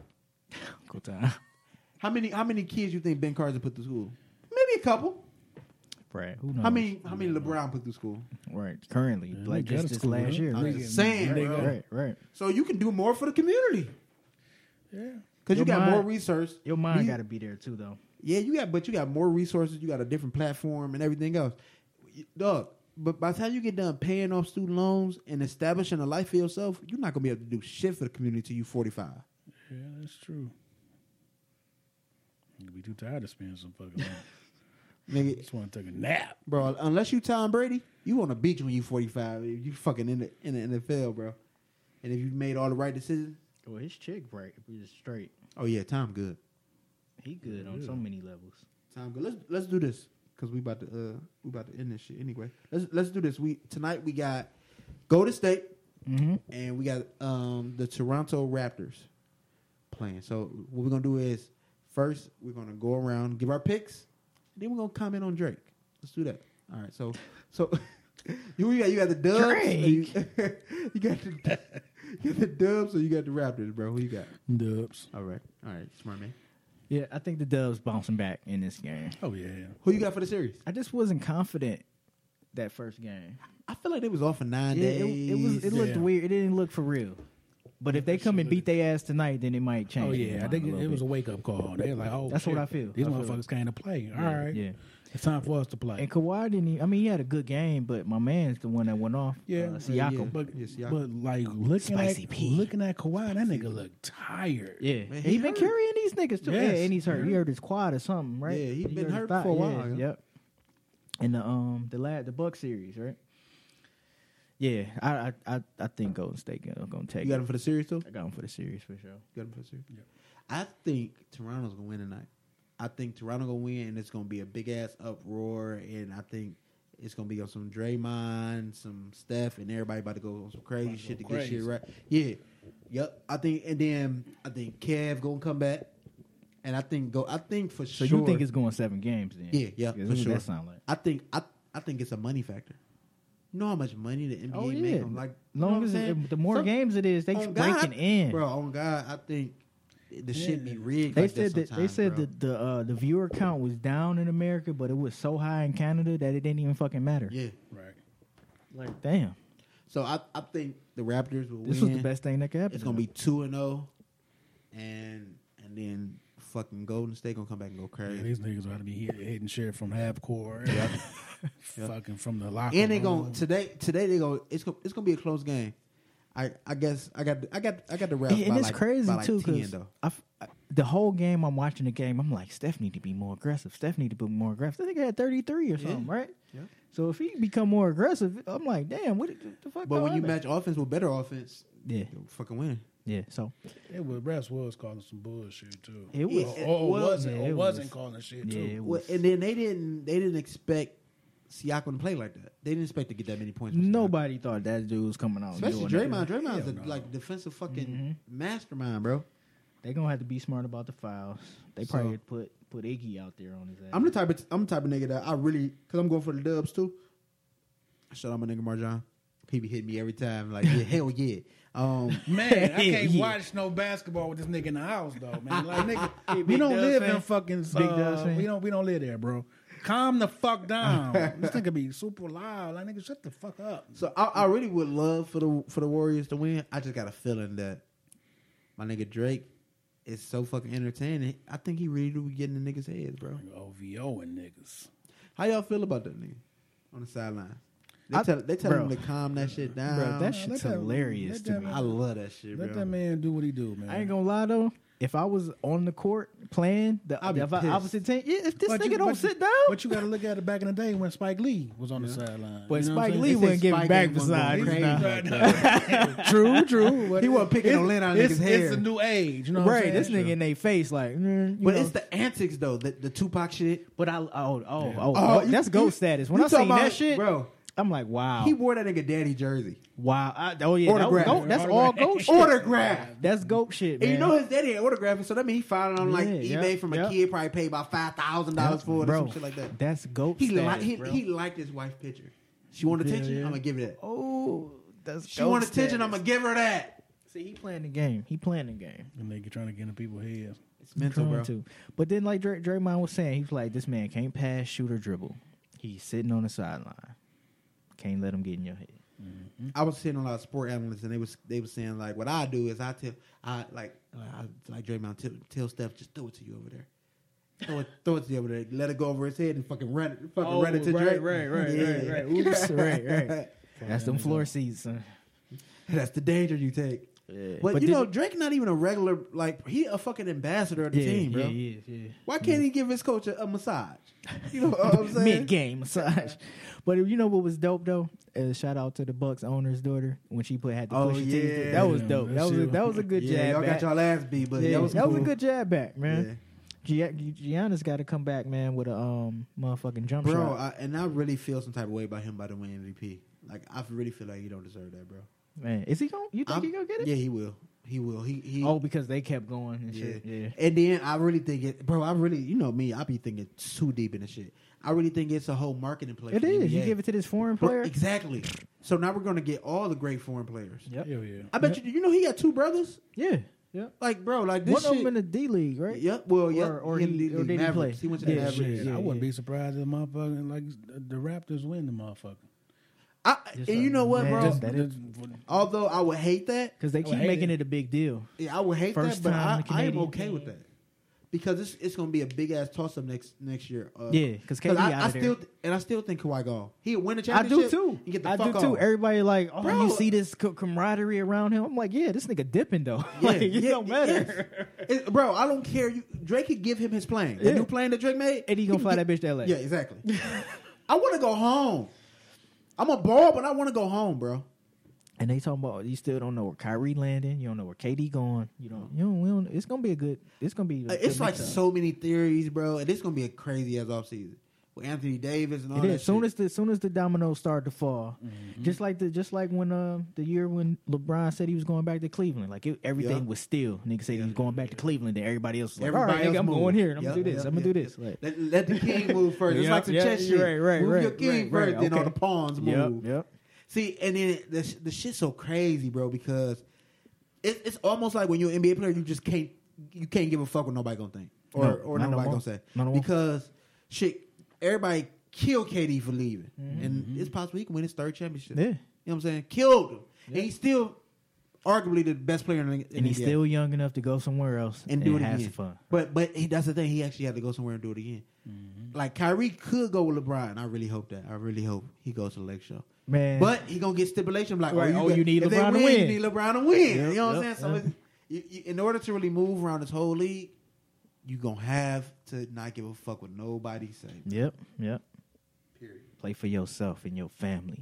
S2: Uncle Tom.
S3: How many how many kids you think Ben Carson put through school? Maybe a couple.
S2: Right. Who knows?
S3: How many how many LeBron put through school?
S2: Right. Currently,
S1: Yeah,
S2: like
S1: they got
S2: just
S1: a
S2: this
S1: school,
S2: last
S1: huh?
S2: year.
S3: I'm
S2: Right.
S1: Nigga,
S3: just saying,
S1: nigga.
S3: bro.
S2: right. Right.
S3: So you can do more for the community
S1: Yeah.
S3: because you
S2: Your
S3: got
S2: mind-
S3: more research.
S2: Your mind
S3: You-
S2: got to be there too, though.
S3: Yeah, you got, but you got more resources. You got a different platform and everything else, You- dog. But by the time you get done paying off student loans and establishing a life for yourself, you're not gonna be able to do shit for the community till you 45.
S1: Yeah, that's true. You'll be too tired to spend some fucking money.
S3: Nigga,
S1: just want to take a nap.
S3: bro. Unless you Tom Brady, you on the beach when you forty five. You fucking in the in the NFL, bro. And if you made all the right decisions,
S2: Well, his chick right is straight.
S3: oh yeah, Tom good.
S2: He good on so many levels.
S3: Tom good. Let's let's do this because we about to uh we about to end this shit anyway. Let's let's do this. We tonight we got Golden State
S2: Mm-hmm.
S3: and we got um the Toronto Raptors playing. So what we're gonna do is first we're gonna go around give our picks, then we're gonna comment on Drake. Let's do that. All right. So so you you got you got the Dubs. You, you got the you got the Dubs or you got the Raptors, bro. Who you got?
S1: Dubs.
S3: All right. All right. Smart man.
S2: Yeah, I think the Dubs bouncing back in this game.
S1: Oh yeah.
S3: Who you got for the series?
S2: I just wasn't confident that first game.
S3: I feel like they was off for nine
S2: Yeah,
S3: days.
S2: it, it was. It
S1: Yeah.
S2: looked weird. It didn't look for real. But if they come and beat their ass tonight, then it might change.
S1: Oh
S2: their
S1: yeah. I
S2: mind
S1: think
S2: a
S1: it,
S2: little
S1: it was a
S2: bit.
S1: wake up call. They're like, oh,
S2: That's what
S1: shit,
S2: I feel.
S1: These
S2: I feel
S1: motherfuckers came to play. All right.
S2: yeah.
S1: It's time for us to play.
S2: And Kawhi didn't. Even, I mean, he had a good game, but my man's the one that went off.
S1: Yeah,
S2: uh,
S1: uh,
S2: Siakam.
S3: yeah.
S1: But,
S3: Yes, Siakam.
S1: but like looking
S2: Spicy
S1: at
S2: P.
S1: looking at Kawhi, that nigga look tired.
S2: Yeah,
S3: Man,
S2: he,
S3: he
S2: been
S3: hurt.
S2: carrying these niggas too.
S1: Yes.
S2: Yeah, and he's hurt. He hurt his quad or something, right?
S3: Yeah, he been
S2: his
S3: hurt
S2: thigh.
S3: for a
S2: Yeah,
S3: while, yeah.
S2: Yep. And the um the lad the Buck series, right? Yeah, I I I, I think Golden State gonna, gonna take.
S3: You got
S2: it.
S3: him for the series too.
S2: I got him for the series for sure.
S3: You got him for the series.
S1: Yeah.
S3: I think Toronto's gonna win tonight. I think Toronto gonna win, and it's gonna be a big ass uproar. And I think it's gonna be on some Draymond, some Steph, and everybody about to go on some crazy
S1: About to
S3: shit to
S1: go
S3: get shit
S1: crazy.
S3: right. Yeah, yep. I think, and then I think Kev gonna come back, and I think go. I think for
S2: So
S3: sure.
S2: you think it's going seven games then?
S3: Yeah, yeah,
S2: Because
S3: for
S2: who
S3: sure.
S2: That sound like
S3: I think I I think it's a money factor. You know how much money the NBA
S2: Oh,
S3: make
S2: yeah.
S3: them? Like you know what
S2: long
S3: I'm
S2: as it-
S3: saying?
S2: the more
S3: Some-
S2: games it is, they
S3: on
S2: breaking
S3: Oh, God,
S2: in.
S3: Bro, on God, I think the shit be rigged.
S2: They
S3: like
S2: said that, they
S3: sometimes,
S2: said
S3: bro.
S2: that the uh, the viewer count was down in America, but it was so high in Canada that it didn't even fucking matter.
S3: Yeah.
S1: Right.
S2: Like damn,
S3: So I, I think the Raptors will
S2: this
S3: win.
S2: was the best thing that could happen.
S3: It's
S2: to
S3: gonna
S2: them.
S3: be two and zero, and and then fucking Golden State gonna come back and go
S1: Yeah,
S3: crazy.
S1: these niggas ought to be hit, hitting shit from half court, fucking from the locker
S3: and they
S1: room.
S3: gonna today today they go it's gonna, it's gonna be a close game. I, I guess I got I got I got the Raptors.
S2: and, and
S3: by
S2: it's
S3: like-
S2: crazy
S3: by like
S2: too
S3: 10
S2: because
S3: though.
S2: the whole game I'm watching the game, I'm like, Steph need to be more aggressive. Steph need to be more aggressive. I think I had 33 or something, right?
S3: Yeah.
S2: So if he become more aggressive, I'm like, damn, what the- the fuck?
S3: But when
S2: going
S3: you
S2: on?
S3: match offense with better offense,
S2: yeah,
S3: you'll fucking win.
S2: yeah. So
S1: It was Russ was calling some bullshit too.
S2: it was.
S1: or,
S3: it
S1: or
S3: was,
S1: wasn't.
S2: man,
S1: Or
S2: it
S1: wasn't
S2: was.
S1: calling shit
S2: Yeah,
S1: too.
S2: it
S3: Well,
S2: was-
S3: and then they didn't they didn't expect Siakam to play like that. They didn't expect to get that many points. from Siakam.
S2: Nobody thought that dude was coming out.
S3: Especially
S2: doing
S3: Draymond.
S2: that.
S3: Draymond's
S1: Hell
S3: a
S1: no. Mm-hmm.
S3: like defensive fucking mastermind, bro.
S2: They gonna have to be smart about the fouls. They
S3: So-
S2: probably had put put Iggy out there on his ass.
S3: I'm the type of I'm the type of nigga that I really because I'm going for the dubs too. Shout out my nigga Marjan. He be hitting me every time. Like yeah, hell yeah. Um,
S1: Man, I
S2: Yeah,
S1: can't
S2: yeah.
S1: watch no basketball with this nigga in the house though, man. Like
S2: Hey,
S1: nigga, we
S2: Big
S1: don't
S2: Dubs
S1: live in
S2: fan?
S1: fucking
S2: Big
S1: uh,
S2: Dubs fan?
S1: We don't we don't live there, bro. Calm the fuck down. this nigga be super loud. Like nigga, shut the fuck up.
S3: so I, I really would love for the for the Warriors to win. I just got a feeling that my nigga Drake it's so fucking entertaining. I think he really do be getting the niggas' heads, bro.
S1: OVO and niggas.
S3: How y'all feel about that nigga on the sideline? They
S2: I-
S3: tell they tell
S2: bro.
S3: him to calm that shit down.
S2: Bro, that
S1: let
S2: shit's
S1: that-
S2: hilarious
S1: let
S2: to
S1: that-
S2: me.
S3: I love that shit,
S1: Let
S3: bro.
S1: that man do what he do, man.
S2: I ain't gonna lie though. If I was on the court playing the,
S3: I'd be
S2: if I-
S3: pissed.
S2: opposite team, yeah, if this
S1: But
S2: nigga
S1: you-
S2: don't
S1: but you-
S2: sit down,
S1: But you got to look at it back in the day when Spike Lee was on the sideline.
S2: but
S1: You know what I'm
S2: Spike
S1: saying?
S2: Lee
S3: They say
S2: wouldn't give
S3: Spike
S2: it back
S3: ain't gonna go
S2: besides.
S3: crazy.
S2: now.
S1: Right, no. true, true. But
S3: He wasn't picking
S1: it's-
S3: no lint out of
S1: it's,
S3: niggas'
S1: It's
S3: hair.
S1: a new age, you know.
S2: right,
S1: what I'm
S2: this
S1: saying?
S2: nigga in their face like, mm, you
S3: but
S2: know.
S3: it's the antics though, the, the Tupac shit.
S2: but I oh oh oh,
S3: Oh,
S2: oh,
S3: you-
S2: that's
S3: you-
S2: gold status. When
S3: you
S2: I
S3: talking
S2: seen
S3: about-
S2: that shit, Oh.
S3: bro.
S2: I'm like, wow,
S3: He wore that nigga daddy jersey.
S2: wow. I, oh yeah, that was
S3: Autograph.
S2: goat. that's all
S1: Autograph.
S2: goat shit.
S3: Autograph.
S2: That's goat shit, man.
S3: And you know his daddy had autographed it, so that means he found it on like
S2: Yeah,
S3: eBay
S2: yeah,
S3: from a
S2: yeah.
S3: kid, probably paid about five thousand dollars for it or some shit like that.
S2: That's goat
S3: He
S2: status,
S3: liked he,
S2: bro.
S3: he liked his wife's picture. She wanted attention. I'm gonna give her that.
S2: oh, that's
S3: She wanted attention. I'm
S2: a.
S3: gonna give her that.
S2: See, he playing the game. He playing the game.
S1: And nigga trying to get in people's heads.
S3: It's mental, bro.
S2: Trying to. But then, like Dray- Draymond was saying, he was like, "This man can't pass, shoot, or dribble. He's sitting on the sideline. Can't let him get in your head."
S3: I was seeing a lot of sport analysts, and they was they was saying like, what I do is I tell I like I, like Draymond tell, tell Steph just throw it to you over there. Throw it, throw it to you over there. Let it go over his head and fucking run it. Fucking
S1: Oh,
S3: run it to
S1: right, right,
S3: Dray.
S1: right, right, right.
S2: Oops, right, right. That's them floor seats. Son.
S3: That's the danger you take.
S2: Yeah.
S3: But,
S2: But
S3: you
S2: did-
S3: know, Drake not even a regular like he a fucking ambassador of the team, bro.
S2: yeah, yeah.
S3: Why can't he give his coach a, a massage? You know what I'm saying?
S2: Mid game massage. But you know what was dope though? Uh, shout out to the Bucks owner's daughter when she put had to
S3: Oh,
S2: push her
S3: yeah.
S2: teeth. That was dope.
S1: Yeah,
S2: That was a, that was a good
S3: yeah, y'all
S2: jab. back.
S3: got y'all ass beat, but
S2: Yeah,
S3: that was cool.
S2: a good jab back, man.
S3: Yeah.
S2: Gia- Giannis got to come back, man, with a um motherfucking jump
S3: bro.
S2: shot,
S3: I, and I really feel some type of way about him by the way MVP. Like I really feel like he don't deserve that, bro.
S2: man. Is he going? You think
S3: I'm-
S2: he gonna get it?
S3: Yeah, he will. He will. He he.
S2: Oh, because they kept going and
S3: yeah.
S2: shit. Yeah,
S3: And then I really think it, bro. I really, you know me. I be thinking too deep in the shit. I really think it's a whole marketing play.
S2: it
S3: for the
S2: is. You
S3: NBA.
S2: give it to this foreign
S3: Bro,
S2: player.
S3: exactly. So now we're gonna get all the great foreign players.
S2: Yep.
S1: Hell yeah.
S3: I bet you. You know he got two brothers.
S2: Yeah,
S3: Like bro, like this
S2: one of
S3: shit.
S2: them in the D League, right?
S3: Yep. Well, yep.
S2: Or- or
S3: in
S2: he-
S3: the,
S2: or
S3: the
S2: did he play?
S3: Mavericks. He went to the
S2: Yeah,
S3: Mavericks.
S1: Shit,
S2: yeah,
S1: I wouldn't
S2: yeah.
S1: be surprised if motherfucking like the Raptors win the motherfucker.
S3: I, and
S2: Just
S3: you
S2: like,
S3: know what,
S2: man,
S3: bro?
S2: just- that
S1: Just-
S3: Although I would hate that,
S2: Because they
S1: I
S2: keep
S1: hate
S2: making
S1: it.
S2: it. a big deal.
S3: yeah, I would hate
S2: First
S3: that, but
S2: time
S3: I,
S2: the
S3: I am
S2: Canadian
S3: okay
S2: game.
S3: with that because it's it's gonna be a big ass toss up next next year. Uh,
S2: Yeah, because KD
S3: I,
S2: out
S3: I
S2: of there.
S3: still and I still think Kawhi gone. He win the
S2: I do
S3: championship.
S2: too.
S3: He get the
S2: I
S3: fuck
S2: do
S3: off.
S2: too. Everybody like, oh,
S3: Bro.
S2: you see this co- camaraderie around him. I'm like, yeah, this nigga dipping though.
S3: Yeah,
S2: like, it
S3: yeah,
S2: don't matter.
S3: yes. It- bro, I don't care. You, Drake could give him his plane. The
S2: Yeah.
S3: new plane that Drake made,
S2: And he gonna fly that bitch to LA.
S3: Yeah, exactly. I want to go home. I'm a ball, but I want to go home, bro.
S2: And they talking about you still don't know where Kyrie landing. You don't know where KD going. You don't. You don't. We don't it's gonna be a good. It's gonna be. a
S3: Uh,
S2: good
S3: It's like
S2: matchup.
S3: so many theories, bro, and it's gonna be a crazy ass offseason with Anthony Davis and all
S2: It
S3: that.
S2: is. Soon
S3: shit.
S2: as the soon as the dominoes start to fall,
S3: Mm-hmm.
S2: just like the just like when uh, the year when LeBron said he was going back to Cleveland, like it, everything
S3: Yeah.
S2: was still. Nigga said he was going back to Cleveland. Then everybody else was like,
S3: Everybody
S2: all right, nigga,
S3: else
S2: I'm
S3: move.
S2: going here. and I'm
S3: Yep,
S2: gonna do this.
S3: yep,
S2: I'm gonna
S3: yep,
S2: do
S3: yep.
S2: this. Like,
S3: Let, let the king move first. It's
S2: Yep,
S3: like the
S2: yeah,
S3: chess
S2: you're
S3: shit.
S2: right, right,
S3: move your
S2: right,
S3: king
S2: right,
S3: first,
S2: right,
S3: then all
S2: okay.
S3: the pawns
S2: yep,
S3: move.
S2: yep.
S3: See, and then the sh- the shit's so crazy, bro, because it, it's almost like when you're an NBA player, you just can't you can't give a fuck what nobody gonna think or
S2: No,
S3: or
S2: not no
S3: nobody
S2: more.
S3: gonna say
S2: Not no more.
S3: because shit, everybody killed KD for leaving, and it's possible he can win his third championship.
S2: Mm-hmm, Yeah.
S3: You know what I'm saying? Killed him, and he's still arguably the best player in the in
S2: And
S3: the
S2: he's
S3: NBA
S2: still young enough to go somewhere else
S3: and do it
S2: have some
S3: again.
S2: fun.
S3: But but he, that's the thing. He actually had to go somewhere and do it again.
S2: Mm-hmm.
S3: Like Kyrie could go with LeBron. I really hope that. I really hope he goes to the Lake Show.
S2: Man.
S3: but he gonna get stipulation like,
S2: Right.
S3: oh, you,
S2: Oh,
S3: got-
S2: you need
S3: if they
S2: LeBron to
S3: You
S2: win.
S3: need LeBron to win.
S2: Yep,
S3: you know what I'm
S2: yep,
S3: saying? So it's you, you, in order to really move around this whole league, you gonna have to not give a fuck what nobody say.
S2: Yep, yep.
S3: Period.
S2: Play for yourself and your family.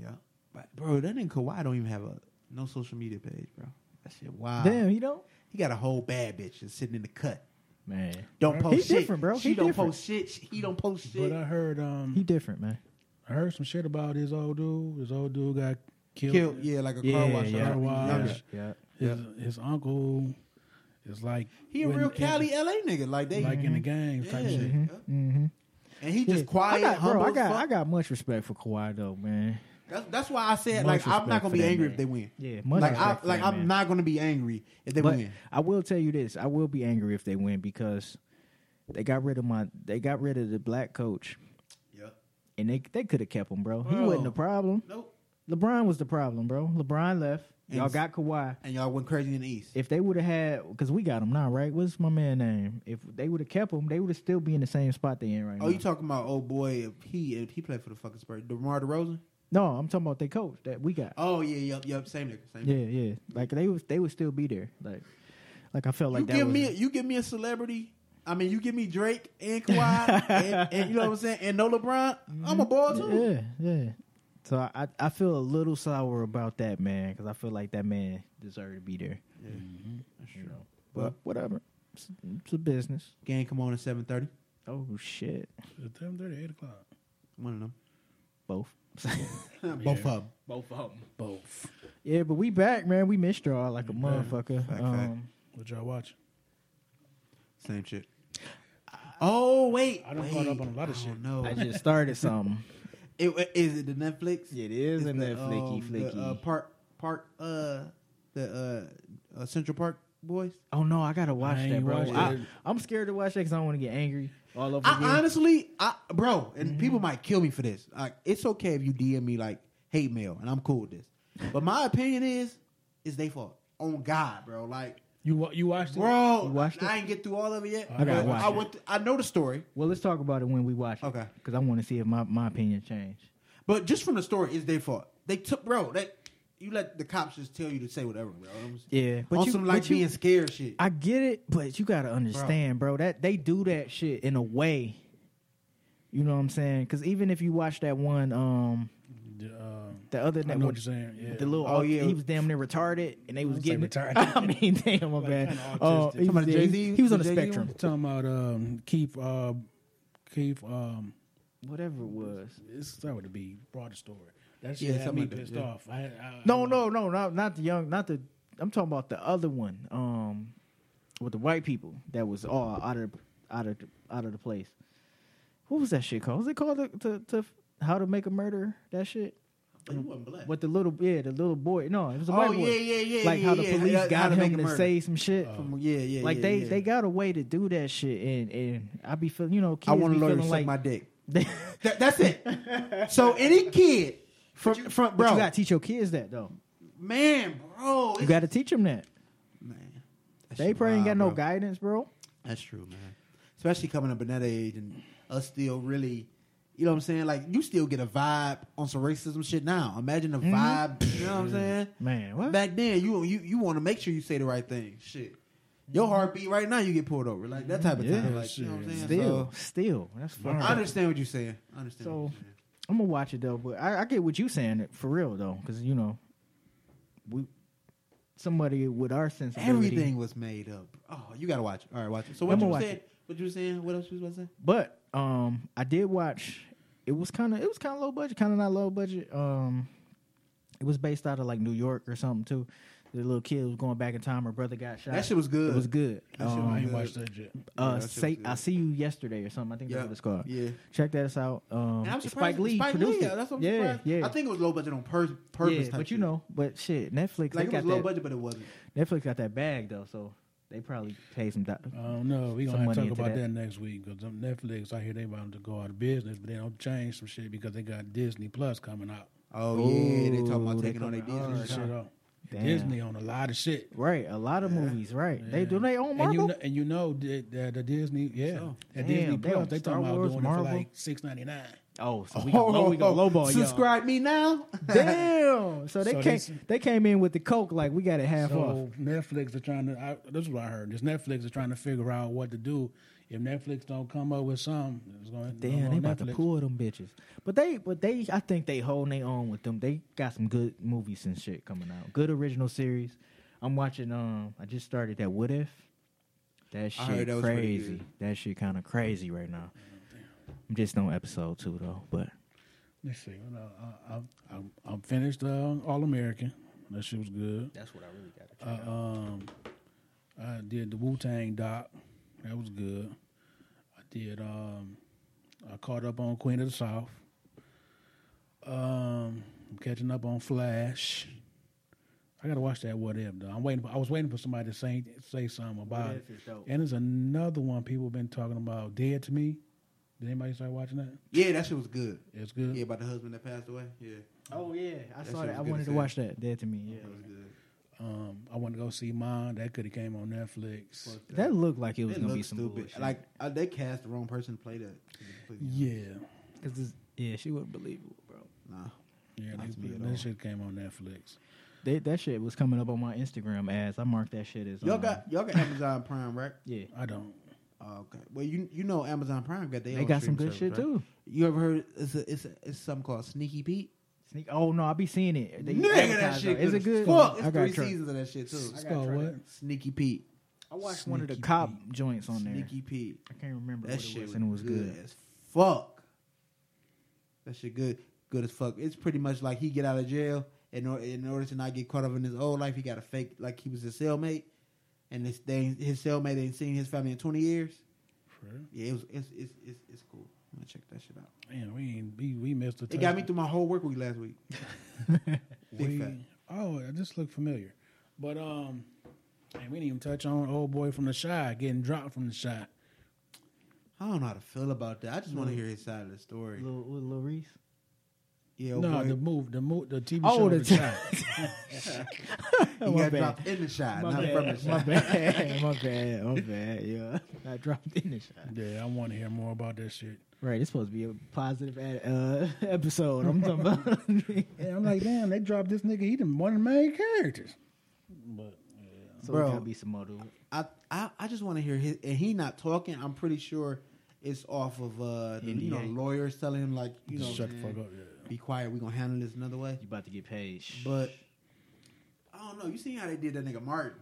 S3: Yeah, but bro, that nigga Kawhi don't even have a no social media page, bro. That shit wild.
S2: Damn, he don't.
S3: he got a whole bad bitch that's sitting in the cut.
S2: Man,
S3: Don't post
S2: He
S3: shit.
S2: different, bro.
S3: She
S2: He
S3: don't
S2: different.
S3: post shit. She- He don't post shit.
S1: But I heard um
S2: he different, man.
S1: I heard some shit about his old dude. His old dude got killed.
S3: killed, yeah, like a car wash.
S1: yeah.
S3: Car wash.
S1: Yeah.
S2: yeah.
S1: His, his uncle is like
S3: He a
S1: when-
S3: real Cali, LA nigga. Like they,
S1: like in the games
S3: yeah.
S1: type shit.
S2: Mm-hmm.
S3: and he just
S2: Yeah.
S3: quiet,
S2: I got,
S3: humble.
S2: bro, I
S3: as
S2: got,
S3: fuck.
S2: I got much respect for Kawhi though, man.
S3: That's, that's why I said
S2: Much
S3: like I'm
S2: respect
S3: not
S2: for
S3: gonna be
S2: that
S3: angry
S2: man.
S3: if they win.
S2: Yeah, much
S3: like I,
S2: respect for
S3: like
S2: that
S3: I'm
S2: man.
S3: not gonna be angry if they
S2: But
S3: win.
S2: I will tell you this: I will be angry if they win because they got rid of my, they got rid of the black coach,
S3: Yeah.
S2: and they they could have kept him, bro. He
S1: Bro.
S2: wasn't the problem.
S3: Nope.
S2: LeBron was the problem, bro. LeBron left. Y'all
S3: And-
S2: got Kawhi.
S3: and y'all went crazy in the East.
S2: If they would have had, because we got him now, right? What's my man name? If they would have kept him, they would have still be in the same spot they in right
S3: Oh,
S2: now.
S3: you talking about old boy? If he if he played for the fucking Spurs, DeMar DeRozan.
S2: no, I'm talking about their coach that we got.
S3: Oh yeah, yep, yep, same nigga, same.
S2: Yeah, yeah. Like they would, they would still be there. Like, like I felt like
S3: you
S2: that.
S3: give
S2: was,
S3: me you give me a celebrity. I mean, you give me Drake and Kawhi, and, and you know what I'm saying, and no LeBron. I'm a ball too.
S2: Yeah, yeah. So I, I- I feel a little sour about that man because I feel like that man deserved to be there.
S3: Yeah. That's
S2: You
S3: true.
S2: know, but whatever. It's, it's a business.
S3: Game come on at seven thirty.
S2: Oh shit!
S1: Seven thirty, eight o'clock.
S3: One of them.
S2: Both.
S3: Both of them.
S4: Both of them.
S1: Both.
S2: yeah, but we back, man. We missed y'all like a motherfucker.
S3: Fact,
S2: um,
S1: What y'all watch?
S3: Same shit. Oh wait,
S1: I done
S3: wait.
S1: caught up on a lot of
S3: I
S1: shit.
S3: don't know.
S2: I just started something.
S3: It- is it the Netflix?
S2: It is
S3: It's
S2: in that
S3: the,
S2: flicky
S3: um,
S2: flicky.
S3: The, uh, park, park, uh, the uh, uh, Central Park boys.
S2: oh no, I gotta watch
S1: ain't
S2: that, bro.
S1: watched
S2: I,
S1: it.
S2: I'm scared to watch that because I don't want to get angry all over again.
S3: I honestly, I bro, and people might kill me for this. Like, it's okay if you DM me like hate mail, and I'm cool with this. But my opinion is, it's they fault. On God, bro. Like,
S1: You wa- you watched it?
S3: bro,
S2: You watched
S3: I ain't get through all of it yet.
S1: I gotta
S3: but
S2: watch
S3: I
S2: it.
S3: went. th- I know the story,
S2: well, let's talk about it when we watch it.
S3: Okay.
S2: Because I want to see if my, my opinion changed.
S3: but just from the story, it's their fault. They took, bro. They you let the cops just tell you to say whatever, bro. I'm just-
S2: Yeah, but
S3: on
S2: you-
S3: some like
S2: but you-
S3: being scared shit.
S2: I get it, but you gotta understand, bro. That they do that shit in a way. You know what I'm saying? Because even if you watch that one, um,
S1: The, uh,
S2: the other
S1: I
S2: that
S1: know
S2: one,
S1: what you're saying. Yeah.
S2: the little,
S3: Oh,
S2: oh
S3: yeah.
S2: yeah, he was damn near retarded, and they was
S1: I'd say
S2: getting
S1: retarded.
S2: I mean, damn, my bad.
S1: kinda
S2: Oh,
S1: autistic.
S2: he, was-
S3: Somebody
S2: yeah,
S3: Jay-Z?
S2: he, he was on
S3: The
S2: the
S3: Jay-Z
S2: spectrum,
S1: talking about um, Keith. Uh, Keith. Um,
S2: whatever it was.
S1: it's that would be broader story. That
S3: Yeah,
S1: shit had
S3: something
S1: me
S3: like that,
S1: pissed
S3: yeah.
S1: off. I, I,
S2: No,
S1: I-
S2: no, no, not not the young, not the. I'm talking about the other one, um, with the white people that was all out of out of out of the place. What was that shit called? Was it called the, the, the How to Make a Murder? That shit.
S3: But you wasn't black.
S2: With the little yeah, the little boy. No, it was a
S3: Oh,
S2: white boy.
S3: yeah, yeah, yeah,
S2: Like how
S3: yeah,
S2: the
S3: yeah.
S2: police
S3: How to-
S2: got
S3: how to make a Oh,
S2: him to
S3: murder.
S2: say some shit.
S3: From- yeah, yeah.
S2: like
S3: yeah,
S2: they
S3: yeah.
S2: they got a way to do that shit, and and I be feeling you know kids
S3: I want
S2: be
S3: to learn to
S2: feeling
S3: suck
S2: like
S3: my dick.
S2: But
S3: That, that's it. so any kid from from bro,
S2: you gotta teach your kids that though.
S3: man, bro,
S2: You
S3: it's-
S2: gotta teach them that.
S3: man, that
S2: They
S3: shit
S2: probably ain't got
S3: wild,
S2: no
S3: bro.
S2: guidance, bro.
S3: That's true, man. Especially coming up in that age and us still really, you know what I'm saying? Like you still get a vibe on some racism shit now. Imagine the vibe. You know what I'm saying?
S2: Man, Mm-hmm. what?
S3: Back then, you you you want to make sure you say the right thing. Shit. Your heartbeat right now, you get pulled over, like that type of
S2: Mm-hmm. Yeah,
S3: thing. Like, you know what I'm saying?
S2: Still, still, that's
S3: So,
S2: fine.
S3: I understand what you're saying. I understand.
S2: So-
S3: what you're saying.
S2: I'm gonna watch it though, but I, I get what you saying it for real though, because you know, we somebody with our sensibility.
S3: Everything was made up. Oh, you gotta watch it. All right, watch it. So what
S2: I'ma
S3: you
S2: watch
S3: said? What you were saying? What else you was about to say?
S2: But um, I did watch. It was kind of it was kind of low budget, kind of not low budget. Um, it was based out of like New York or something too. The little kid was going back in time. Her brother got shot.
S3: That shit was good.
S2: It was good.
S3: That shit was
S1: I
S2: Um,
S1: ain't
S3: good.
S1: watched that yet.
S2: uh,
S3: Yeah, that shit
S2: say,
S3: was good.
S2: I see you yesterday or something. I think
S3: Yeah.
S2: that's what it's called.
S3: Yeah.
S2: Check that out. Um,
S3: And I'm surprised
S2: Spike Lee
S3: Spike
S2: produced
S3: yeah,
S2: it.
S3: That's what I'm
S2: yeah,
S3: surprised.
S2: yeah.
S3: I think it was low budget on pur- purpose.
S2: yeah,
S3: type
S2: but you
S3: shit.
S2: know, but shit, Netflix
S3: like
S2: they
S3: it
S2: got
S3: was low
S2: that.
S3: budget, but it wasn't.
S2: Netflix got that bag though, so they probably pay some. Do-
S3: Uh,
S1: I don't know. We
S2: Some
S1: gonna have to
S2: money
S1: talk
S2: into
S1: about
S2: that.
S1: that. next week because Netflix. I hear they about to go out of business, but they don't change some shit because they got Disney Plus coming out.
S3: Oh
S2: yeah, they talking about Ooh, they taking on their coming
S1: Turn
S2: Disney
S1: that shit up.
S2: Oh, Damn.
S1: Disney on a lot of shit.
S2: right, a lot of movies. Right, they do
S1: Yeah.
S2: they own
S1: And
S2: Oh, Marvel.
S1: you know, and you know that, that the Disney, yeah,
S3: So,
S1: that
S2: damn,
S1: Disney
S2: they
S1: Plus,
S2: on
S1: they
S2: Star
S1: talking about
S2: Wars,
S1: doing it for
S2: Marvel?
S1: like six ninety nine.
S2: oh, so we got low, we got lowball y'all.
S3: Subscribe me now.
S2: Damn. So they
S1: So
S2: came
S1: this-
S2: they came in with the coke like we got it half off.
S1: So Netflix are trying to. I, this is what I heard. This Netflix are trying to figure out what to do. If Netflix don't come up with something, it's going. it's
S2: Damn,
S1: going
S2: they
S1: on
S2: about
S1: Netflix.
S2: to pull them bitches. But they but they I think they holding their own with them. They got some good movies and shit coming out. Good original series. I'm watching um I just started that What If. That
S3: I heard
S2: shit
S3: that was pretty
S2: crazy.
S3: good. Oh,
S2: That shit kinda crazy right now. I'm just on episode two though, but
S1: Let's see. Well, uh, I, I, I, I'm finished uh, All American. That shit was good.
S2: that's what I really got to
S1: Uh, um, I did the Wu Tang doc. That was good. I did. Um, I caught up on Queen of the South. Um, I'm catching up on Flash. I gotta watch that What If though. I'm waiting. For, I was waiting for somebody to say say something about it.
S2: If is dope.
S1: And there's another one people been talking about, Dead to Me. Did anybody start watching that?
S3: Yeah, that shit was good.
S1: It's good.
S3: Yeah, about the husband that passed away. Yeah,
S2: Oh yeah, I
S3: That
S2: saw that. I
S3: shit was good
S2: wanted
S3: as
S2: to
S3: hell.
S2: watch that. Dead to me. Yeah.
S3: that was good.
S1: Um, I want to go see mine. That could have came on Netflix.
S3: Fuck
S2: That looked like it was
S3: It
S2: gonna be
S3: looks
S2: some
S3: stupid.
S2: bullshit.
S3: Like uh, they cast the wrong person to play that. to be completely honest.
S1: Yeah,
S2: Cause it's, yeah, she wasn't believable, bro.
S3: Nah.
S1: yeah.
S3: Not
S1: they
S3: to me
S1: put-
S3: at
S1: that
S3: all.
S1: shit came on Netflix.
S2: They, that shit was coming up on my Instagram ads. I marked that shit as.
S3: Y'all
S2: um,
S3: got y'all got Amazon Prime, right?
S2: Yeah,
S1: I don't.
S3: Oh, okay. Well, you you know Amazon Prime got their
S2: they
S3: own
S2: got some
S3: streaming
S2: good
S3: service,
S2: shit
S3: right?
S2: too.
S3: You ever heard? It's a, it's a, it's something called Sneaky Pete.
S2: Sneak. Oh no, I be seeing it. They
S3: Nigga, that
S2: advertise
S3: shit
S2: on it. Is it good?
S3: Fuck, it's
S2: I got
S3: three
S2: turned-
S3: seasons of that shit too.
S1: It's
S2: gotta
S1: called
S2: try
S1: what?
S3: Sneaky Pete.
S2: I watched one of the
S1: Sneaky
S2: cop
S1: Pete.
S2: joints on there.
S3: Sneaky Pete.
S2: I can't remember
S3: That
S2: what it
S3: shit
S2: was, and it was good.
S3: as fuck. That shit good, good as fuck. It's pretty much like he get out of jail, and in, or- in order to not get caught up in his old life, he got to fake like he was his cellmate, and this thing his cellmate ain't seen his family in twenty years. Yeah, it was it's it's it's, it's cool. I'm gonna check that shit out.
S1: Man, we ain't, we, we missed the.
S3: It got me through my whole work week last week.
S1: We,
S3: Big fat.
S1: oh, it just looked familiar, but um, and we didn't even touch on old boy from the shy getting dropped from the shy.
S3: I don't know how to feel about that. I just want to hear his side of the story.
S2: Little, little Reese.
S3: Yeah,
S1: No,
S3: old boy,
S1: the move, the move, the TV
S2: Oh,
S1: show.
S2: the
S1: The
S2: t-
S1: Chi.
S3: he
S2: my
S3: got
S2: bad.
S3: dropped in the shot,
S2: My
S3: not
S2: bad.
S3: from the shot.
S2: my bad. My bad. My bad. Yeah, I dropped in the shot.
S1: Yeah, I want to hear more about that shit.
S2: Right, it's supposed to be a positive ad, uh, episode. I'm talking about.
S1: And I'm like, damn, they dropped this nigga. He done one of the main characters. But yeah.
S2: so
S3: Bro.
S2: it gotta be some other.
S3: I I, I just want to hear his and he not talking. I'm pretty sure it's off of uh the, you know
S2: NDA.
S3: lawyers telling him like you know
S1: shut
S3: man,
S1: the fuck up. Yeah.
S3: be quiet. We gonna handle this another way.
S2: You about to get paid. Shh.
S3: But I don't know. You seen how they did that nigga Martin?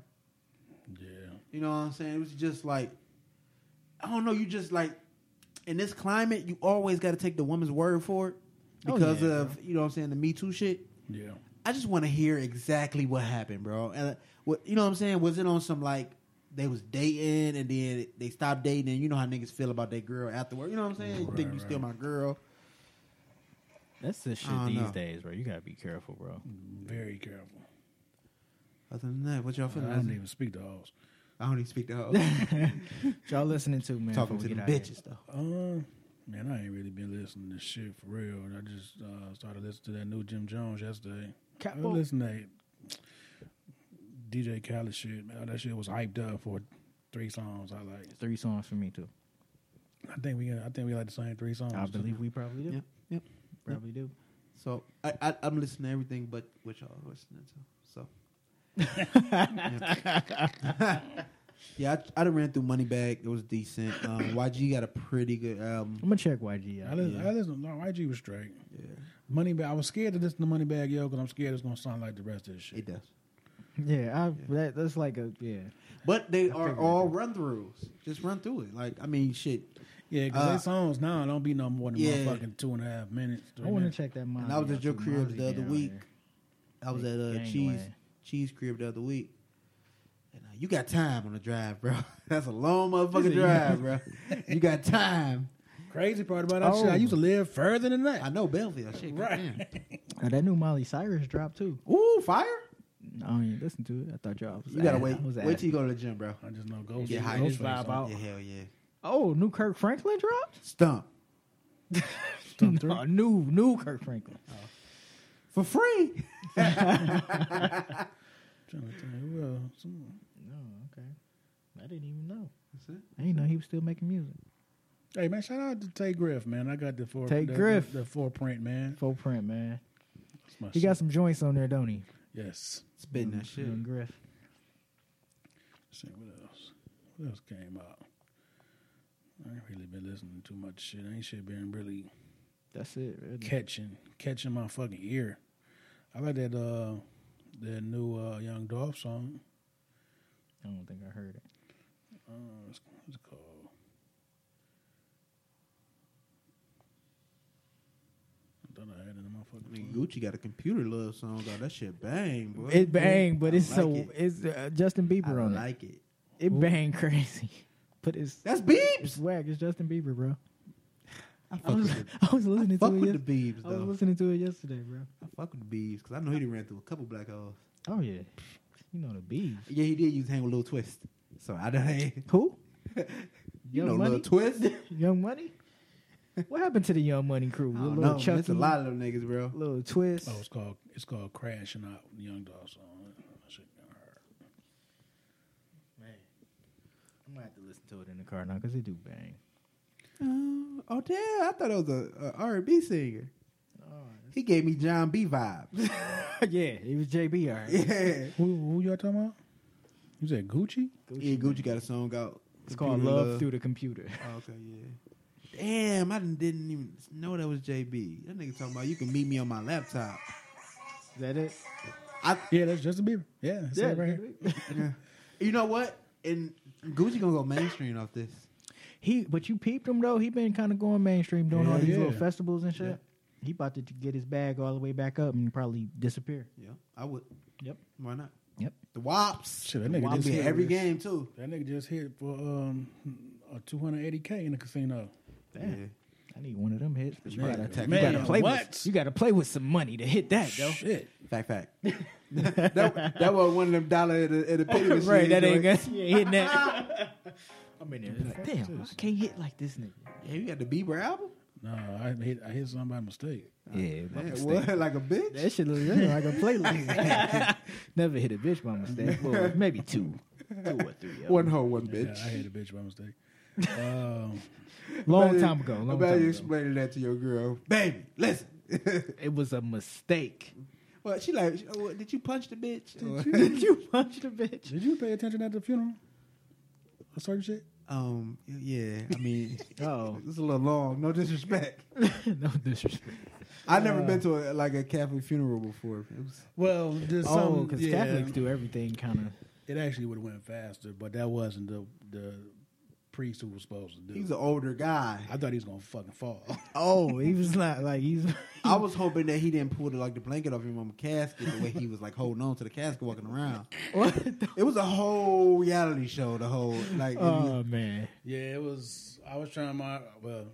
S1: Yeah.
S3: You know what I'm saying? It was just like I don't know. You just like in this climate, you always got to take the woman's word for it
S2: Oh,
S3: because
S2: yeah,
S3: of you know what I'm saying the Me Too shit.
S1: Yeah.
S3: I just want to hear exactly what happened, bro. And uh, what you know what I'm saying? Was it on some like they was dating and then they stopped dating and you know how niggas feel about their girl afterward. You know what I'm saying? you think
S1: Right,
S3: you still my girl.
S2: that's the shit
S3: I don't
S2: these
S3: know.
S2: days, bro. You gotta be careful, bro.
S1: Very careful.
S3: Other than that, what y'all
S1: I
S3: feeling?
S1: don't even speak to hoes.
S3: I don't even speak to her.
S2: Y'all listening to man?
S3: Talking to
S2: before we
S3: the
S2: get out of here.
S3: bitches though.
S1: Um, man, I ain't really been listening to shit for real. And I just uh, started listening to that new Jim Jones yesterday. I
S2: Capo.
S1: listened to that DJ Khaled shit. Man, that shit was hyped up for three songs. I like.
S2: Three songs for me too.
S1: I think we. I think we like the same three
S3: Oh,
S1: songs.
S2: I believe we probably do.
S3: Yep, yep.
S2: Probably do.
S3: So I, I I'm listening to everything but what y'all are listening to. So yeah, I, I done ran through Moneybag. It was decent. Um, YG got a pretty good
S2: I'm
S3: album.
S2: gonna check YG.
S1: I
S2: Out.
S1: listen. I listen. No, YG was straight.
S3: Yeah,
S1: Money bag. I was scared to listen to Money Bag Yo because I'm scared it's gonna sound like the rest of this shit.
S3: it does.
S2: Yeah, I, That, that's like a yeah.
S3: But they are
S2: figured
S3: all run throughs. Just run through it. Like I mean, shit.
S1: Yeah, because
S3: Uh,
S1: their songs now don't be no more than
S3: yeah.
S1: motherfucking two and a half minutes. Three
S2: I want to
S1: minutes.
S2: check that.
S3: And I was
S2: Mozzie
S3: at your
S2: out, too.
S3: crib
S2: Mozzie
S3: the other
S2: down
S3: week.
S2: there.
S3: I was at uh,
S2: Gang
S3: cheese
S2: Land.
S3: cheese crib the other week. And uh, you got time on the drive, bro. That's a long motherfucking
S2: He
S3: drive,
S2: said,
S3: bro. You got time.
S1: Crazy part about that shit, I
S2: Oh.
S1: used to live further than
S3: I
S1: that.
S3: know Belleville. Shit,
S1: Right.
S3: right?
S2: Oh, that new Molly Cyrus dropped too.
S3: Ooh, fire!
S2: I don't even listen to it. I thought y'all. Was
S3: You gotta
S2: ass-
S3: wait.
S2: I was
S3: Wait
S2: ass.
S3: till you go to the gym, bro.
S1: I, just know Ghost.
S3: Get high.
S1: Ghostface
S2: Just vibe
S1: on
S2: out. Oh.
S3: Yeah, hell yeah.
S2: Oh, new Kirk Franklin dropped.
S3: Stump
S1: Stump
S2: No, new, new Kirk Franklin.
S3: for free.
S1: Trying to think, who else? Someone-
S2: No,
S3: Oh,
S2: okay. I didn't even know.
S3: That's it.
S2: I didn't know he was still making music.
S1: Hey man, shout out to Tay Griff, man. I got the four
S2: Tay
S1: the,
S2: Griff.
S1: the, the four print man.
S2: Full print, man.
S1: That's my
S2: He
S1: shit.
S2: got some joints on there, don't he?
S1: yes.
S3: Spitting that shit.
S2: Young Griff.
S1: Let's see what else. What else came out? I ain't really been listening to too much shit. I ain't shit been really
S2: That's it. really.
S1: catching catching my fucking ear. I like that uh that new uh Young Dolph song.
S2: I don't think I heard it.
S1: Uh, what's, what's it called? I thought I had it in my fucking.
S3: Nigga,
S1: phone.
S3: Gucci got a computer love song. God, that shit bang, bro.
S2: It bang, but
S3: I
S2: it's
S3: like
S2: so
S3: it.
S2: it's uh, Justin
S3: I
S2: Bieber on
S3: like it.
S2: it. It bang crazy, but it's
S3: That's
S2: it's
S3: Beebs.
S2: whack. It's Justin Bieber, bro.
S3: I fuck
S2: I was,
S3: with the,
S2: I was
S3: I
S2: listening
S3: fuck
S2: to it.
S3: with the
S2: Yes-
S3: Beebs
S2: I was
S3: though.
S2: listening to it yesterday, bro.
S3: I fuck with the Beebs because I know he done ran through a couple black holes.
S2: Oh yeah, you know the bees.
S3: Yeah, he did use hang with Lil Twist. So I don't.
S2: Who?
S3: You
S2: Young
S3: know,
S2: Money.
S3: Lil Twist.
S2: Young Money. What happened to the Young Money crew?
S3: I don't
S2: Lil
S3: know.
S2: Chucky,
S3: It's a lot of them niggas, bro.
S2: Little Twist.
S1: Oh, it's called it's called crashing out. Young Dog song. That shit got hard.
S2: Man, I'm gonna have to listen to it in the car now because they do bang.
S3: Oh, oh, damn! I thought it was a, a R&B singer. He gave me John B vibes.
S2: yeah, it was JB. All right.
S3: yeah.
S1: Who, who y'all talking about? You said Gucci?
S3: Yeah, Gucci got a song out.
S2: It's called
S3: Computer
S2: Love Through the Computer.
S3: Oh, okay, yeah. Damn, I didn't, didn't even know that was JB. That nigga talking about you can meet me on my laptop.
S2: Is that it?
S3: I,
S1: Yeah, that's Justin Bieber. Yeah, that's it right here.
S3: you know what? And Gucci gonna go mainstream off this.
S2: He, but you peeped him though. He been kind of going mainstream, doing all
S1: Yeah,
S2: these
S1: yeah.
S2: little festivals and shit. He about to get his bag all the way back up and probably disappear.
S3: Yeah, I would.
S2: Yep.
S3: Why not?
S2: Yep.
S3: The Wops.
S1: Shit, that
S3: The
S1: nigga
S3: Wops
S1: just
S3: be
S1: hit
S3: at every
S1: this-
S3: game too.
S1: That nigga just hit for um a 280k in the casino.
S2: Damn. I need one of them hits. But you
S1: Man,
S2: gotta attack.
S1: man,
S2: you gotta play
S1: what?
S2: with. You gotta play with some money to hit that though.
S1: Shit.
S3: Yeah. Fact, fact. that, that was one of them dollar at a, at a penny machine.
S2: right, that ain't
S3: joint.
S2: gonna you ain't hitting that. I'm in there. Like, Damn, I can't hit like this nigga.
S3: Yeah, you got the Bieber album.
S1: No, I hit I hit something by mistake.
S2: Yeah, my
S3: Yeah,
S2: mistake.
S3: what? Like a bitch?
S2: That shit looks good. like a playlist. Never hit a bitch by mistake. Well, maybe two, two or three. of
S3: one
S2: them.
S3: hoe, one
S1: Yeah,
S3: bitch.
S1: I hit a bitch by mistake. Um,
S2: long
S3: Imagine-
S2: time ago. Long
S3: imagine
S2: time ago.
S3: you explaining that to your girl, baby. Listen.
S2: It was a mistake.
S3: well, she like, oh, what, did you punch the bitch? Or-
S2: Did you punch the bitch?
S1: did you pay attention at the funeral? A certain shit.
S3: um, yeah. I mean,
S2: Oh,
S3: it's a little long. No disrespect.
S2: no disrespect.
S3: I've never
S2: Uh.
S3: been to a, like a Catholic funeral before. It was,
S1: Well, there's
S2: Oh,
S1: some-
S2: because
S1: yeah,
S2: Catholics do everything kind of.
S1: It actually would have went faster, but that wasn't the the priest who was supposed to do.
S3: he was
S1: it.
S3: an older guy.
S1: I thought he was gonna fucking fall.
S2: Oh, he was not like he's.
S3: I was hoping that he didn't pull the, like the blanket off him on the casket the way he was like holding on to the casket walking around.
S2: what the-
S3: It was a whole reality show. The whole like, it was-
S2: oh man,
S1: yeah, it was. I was trying my well.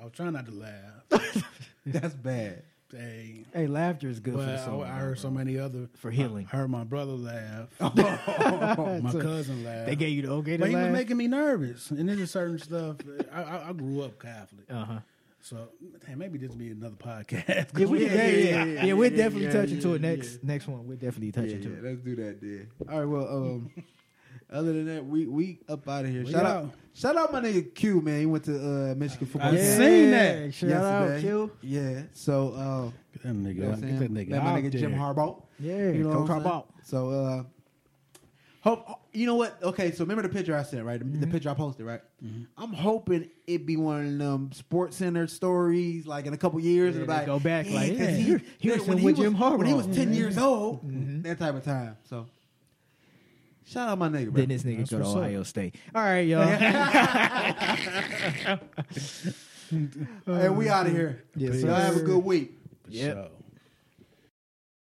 S1: I was trying not to laugh.
S3: that's bad.
S1: hey,
S2: hey, laughter is good
S1: but
S2: for the
S1: I,
S2: soul.
S1: I
S2: bro.
S1: heard so many other
S2: For healing. Oh,
S1: I heard my brother laugh. my
S2: So,
S1: cousin laugh.
S2: They gave you the okay to
S1: but he was
S2: laugh.
S1: making me nervous, and there's a certain stuff. I, I, I grew up Catholic,
S2: uh huh.
S1: so hey, maybe this be another podcast.
S2: Yeah, we, yeah, yeah, yeah,
S3: yeah,
S2: yeah, We're
S3: yeah,
S2: definitely
S3: yeah,
S2: touching to
S3: yeah,
S2: it next next one. We're definitely
S3: yeah,
S2: touching
S3: yeah,
S2: to it.
S3: let's do that then. All right, well, um, other than that, we we up out of here. Shout out,
S1: out.
S3: shout out, my nigga Q man. He went to uh, Michigan football.
S1: I
S3: camp
S1: seen that.
S2: Shout out,
S3: yesterday.
S2: Q.
S3: Yeah, so uh,
S1: Get that nigga,
S3: you know
S1: out.
S3: what I'm
S1: get that
S3: saying?
S1: nigga,
S3: Let my
S1: out
S3: nigga
S1: there.
S3: Jim Harbaugh.
S2: Yeah,
S3: You know
S2: Coach
S3: what I'm
S2: Harbaugh.
S3: saying? So uh, hope you know what? Okay, so remember the picture I sent, right? The,
S2: Mm-hmm.
S3: the picture I posted, right? I'm hoping it be one of them Sports Center stories, like in a couple years,
S2: Yeah,
S3: and
S2: they
S3: like
S2: go back, like,
S3: 'cause
S2: yeah,
S3: he-
S2: here- here's
S3: when
S2: some
S3: he
S2: with
S3: was-
S2: Jim
S3: when he was
S2: Harbaugh. Mm-hmm.
S3: 10 years old, that type of time. So shout out my nigga, bro.
S2: Then this nigga
S1: That's
S2: go to
S1: what's up.
S2: Ohio State. All right, y'all.
S3: and we out of here.
S2: Yes,
S3: Y'all have a
S2: sir.
S3: good week.
S1: For
S2: Yep.
S1: sure.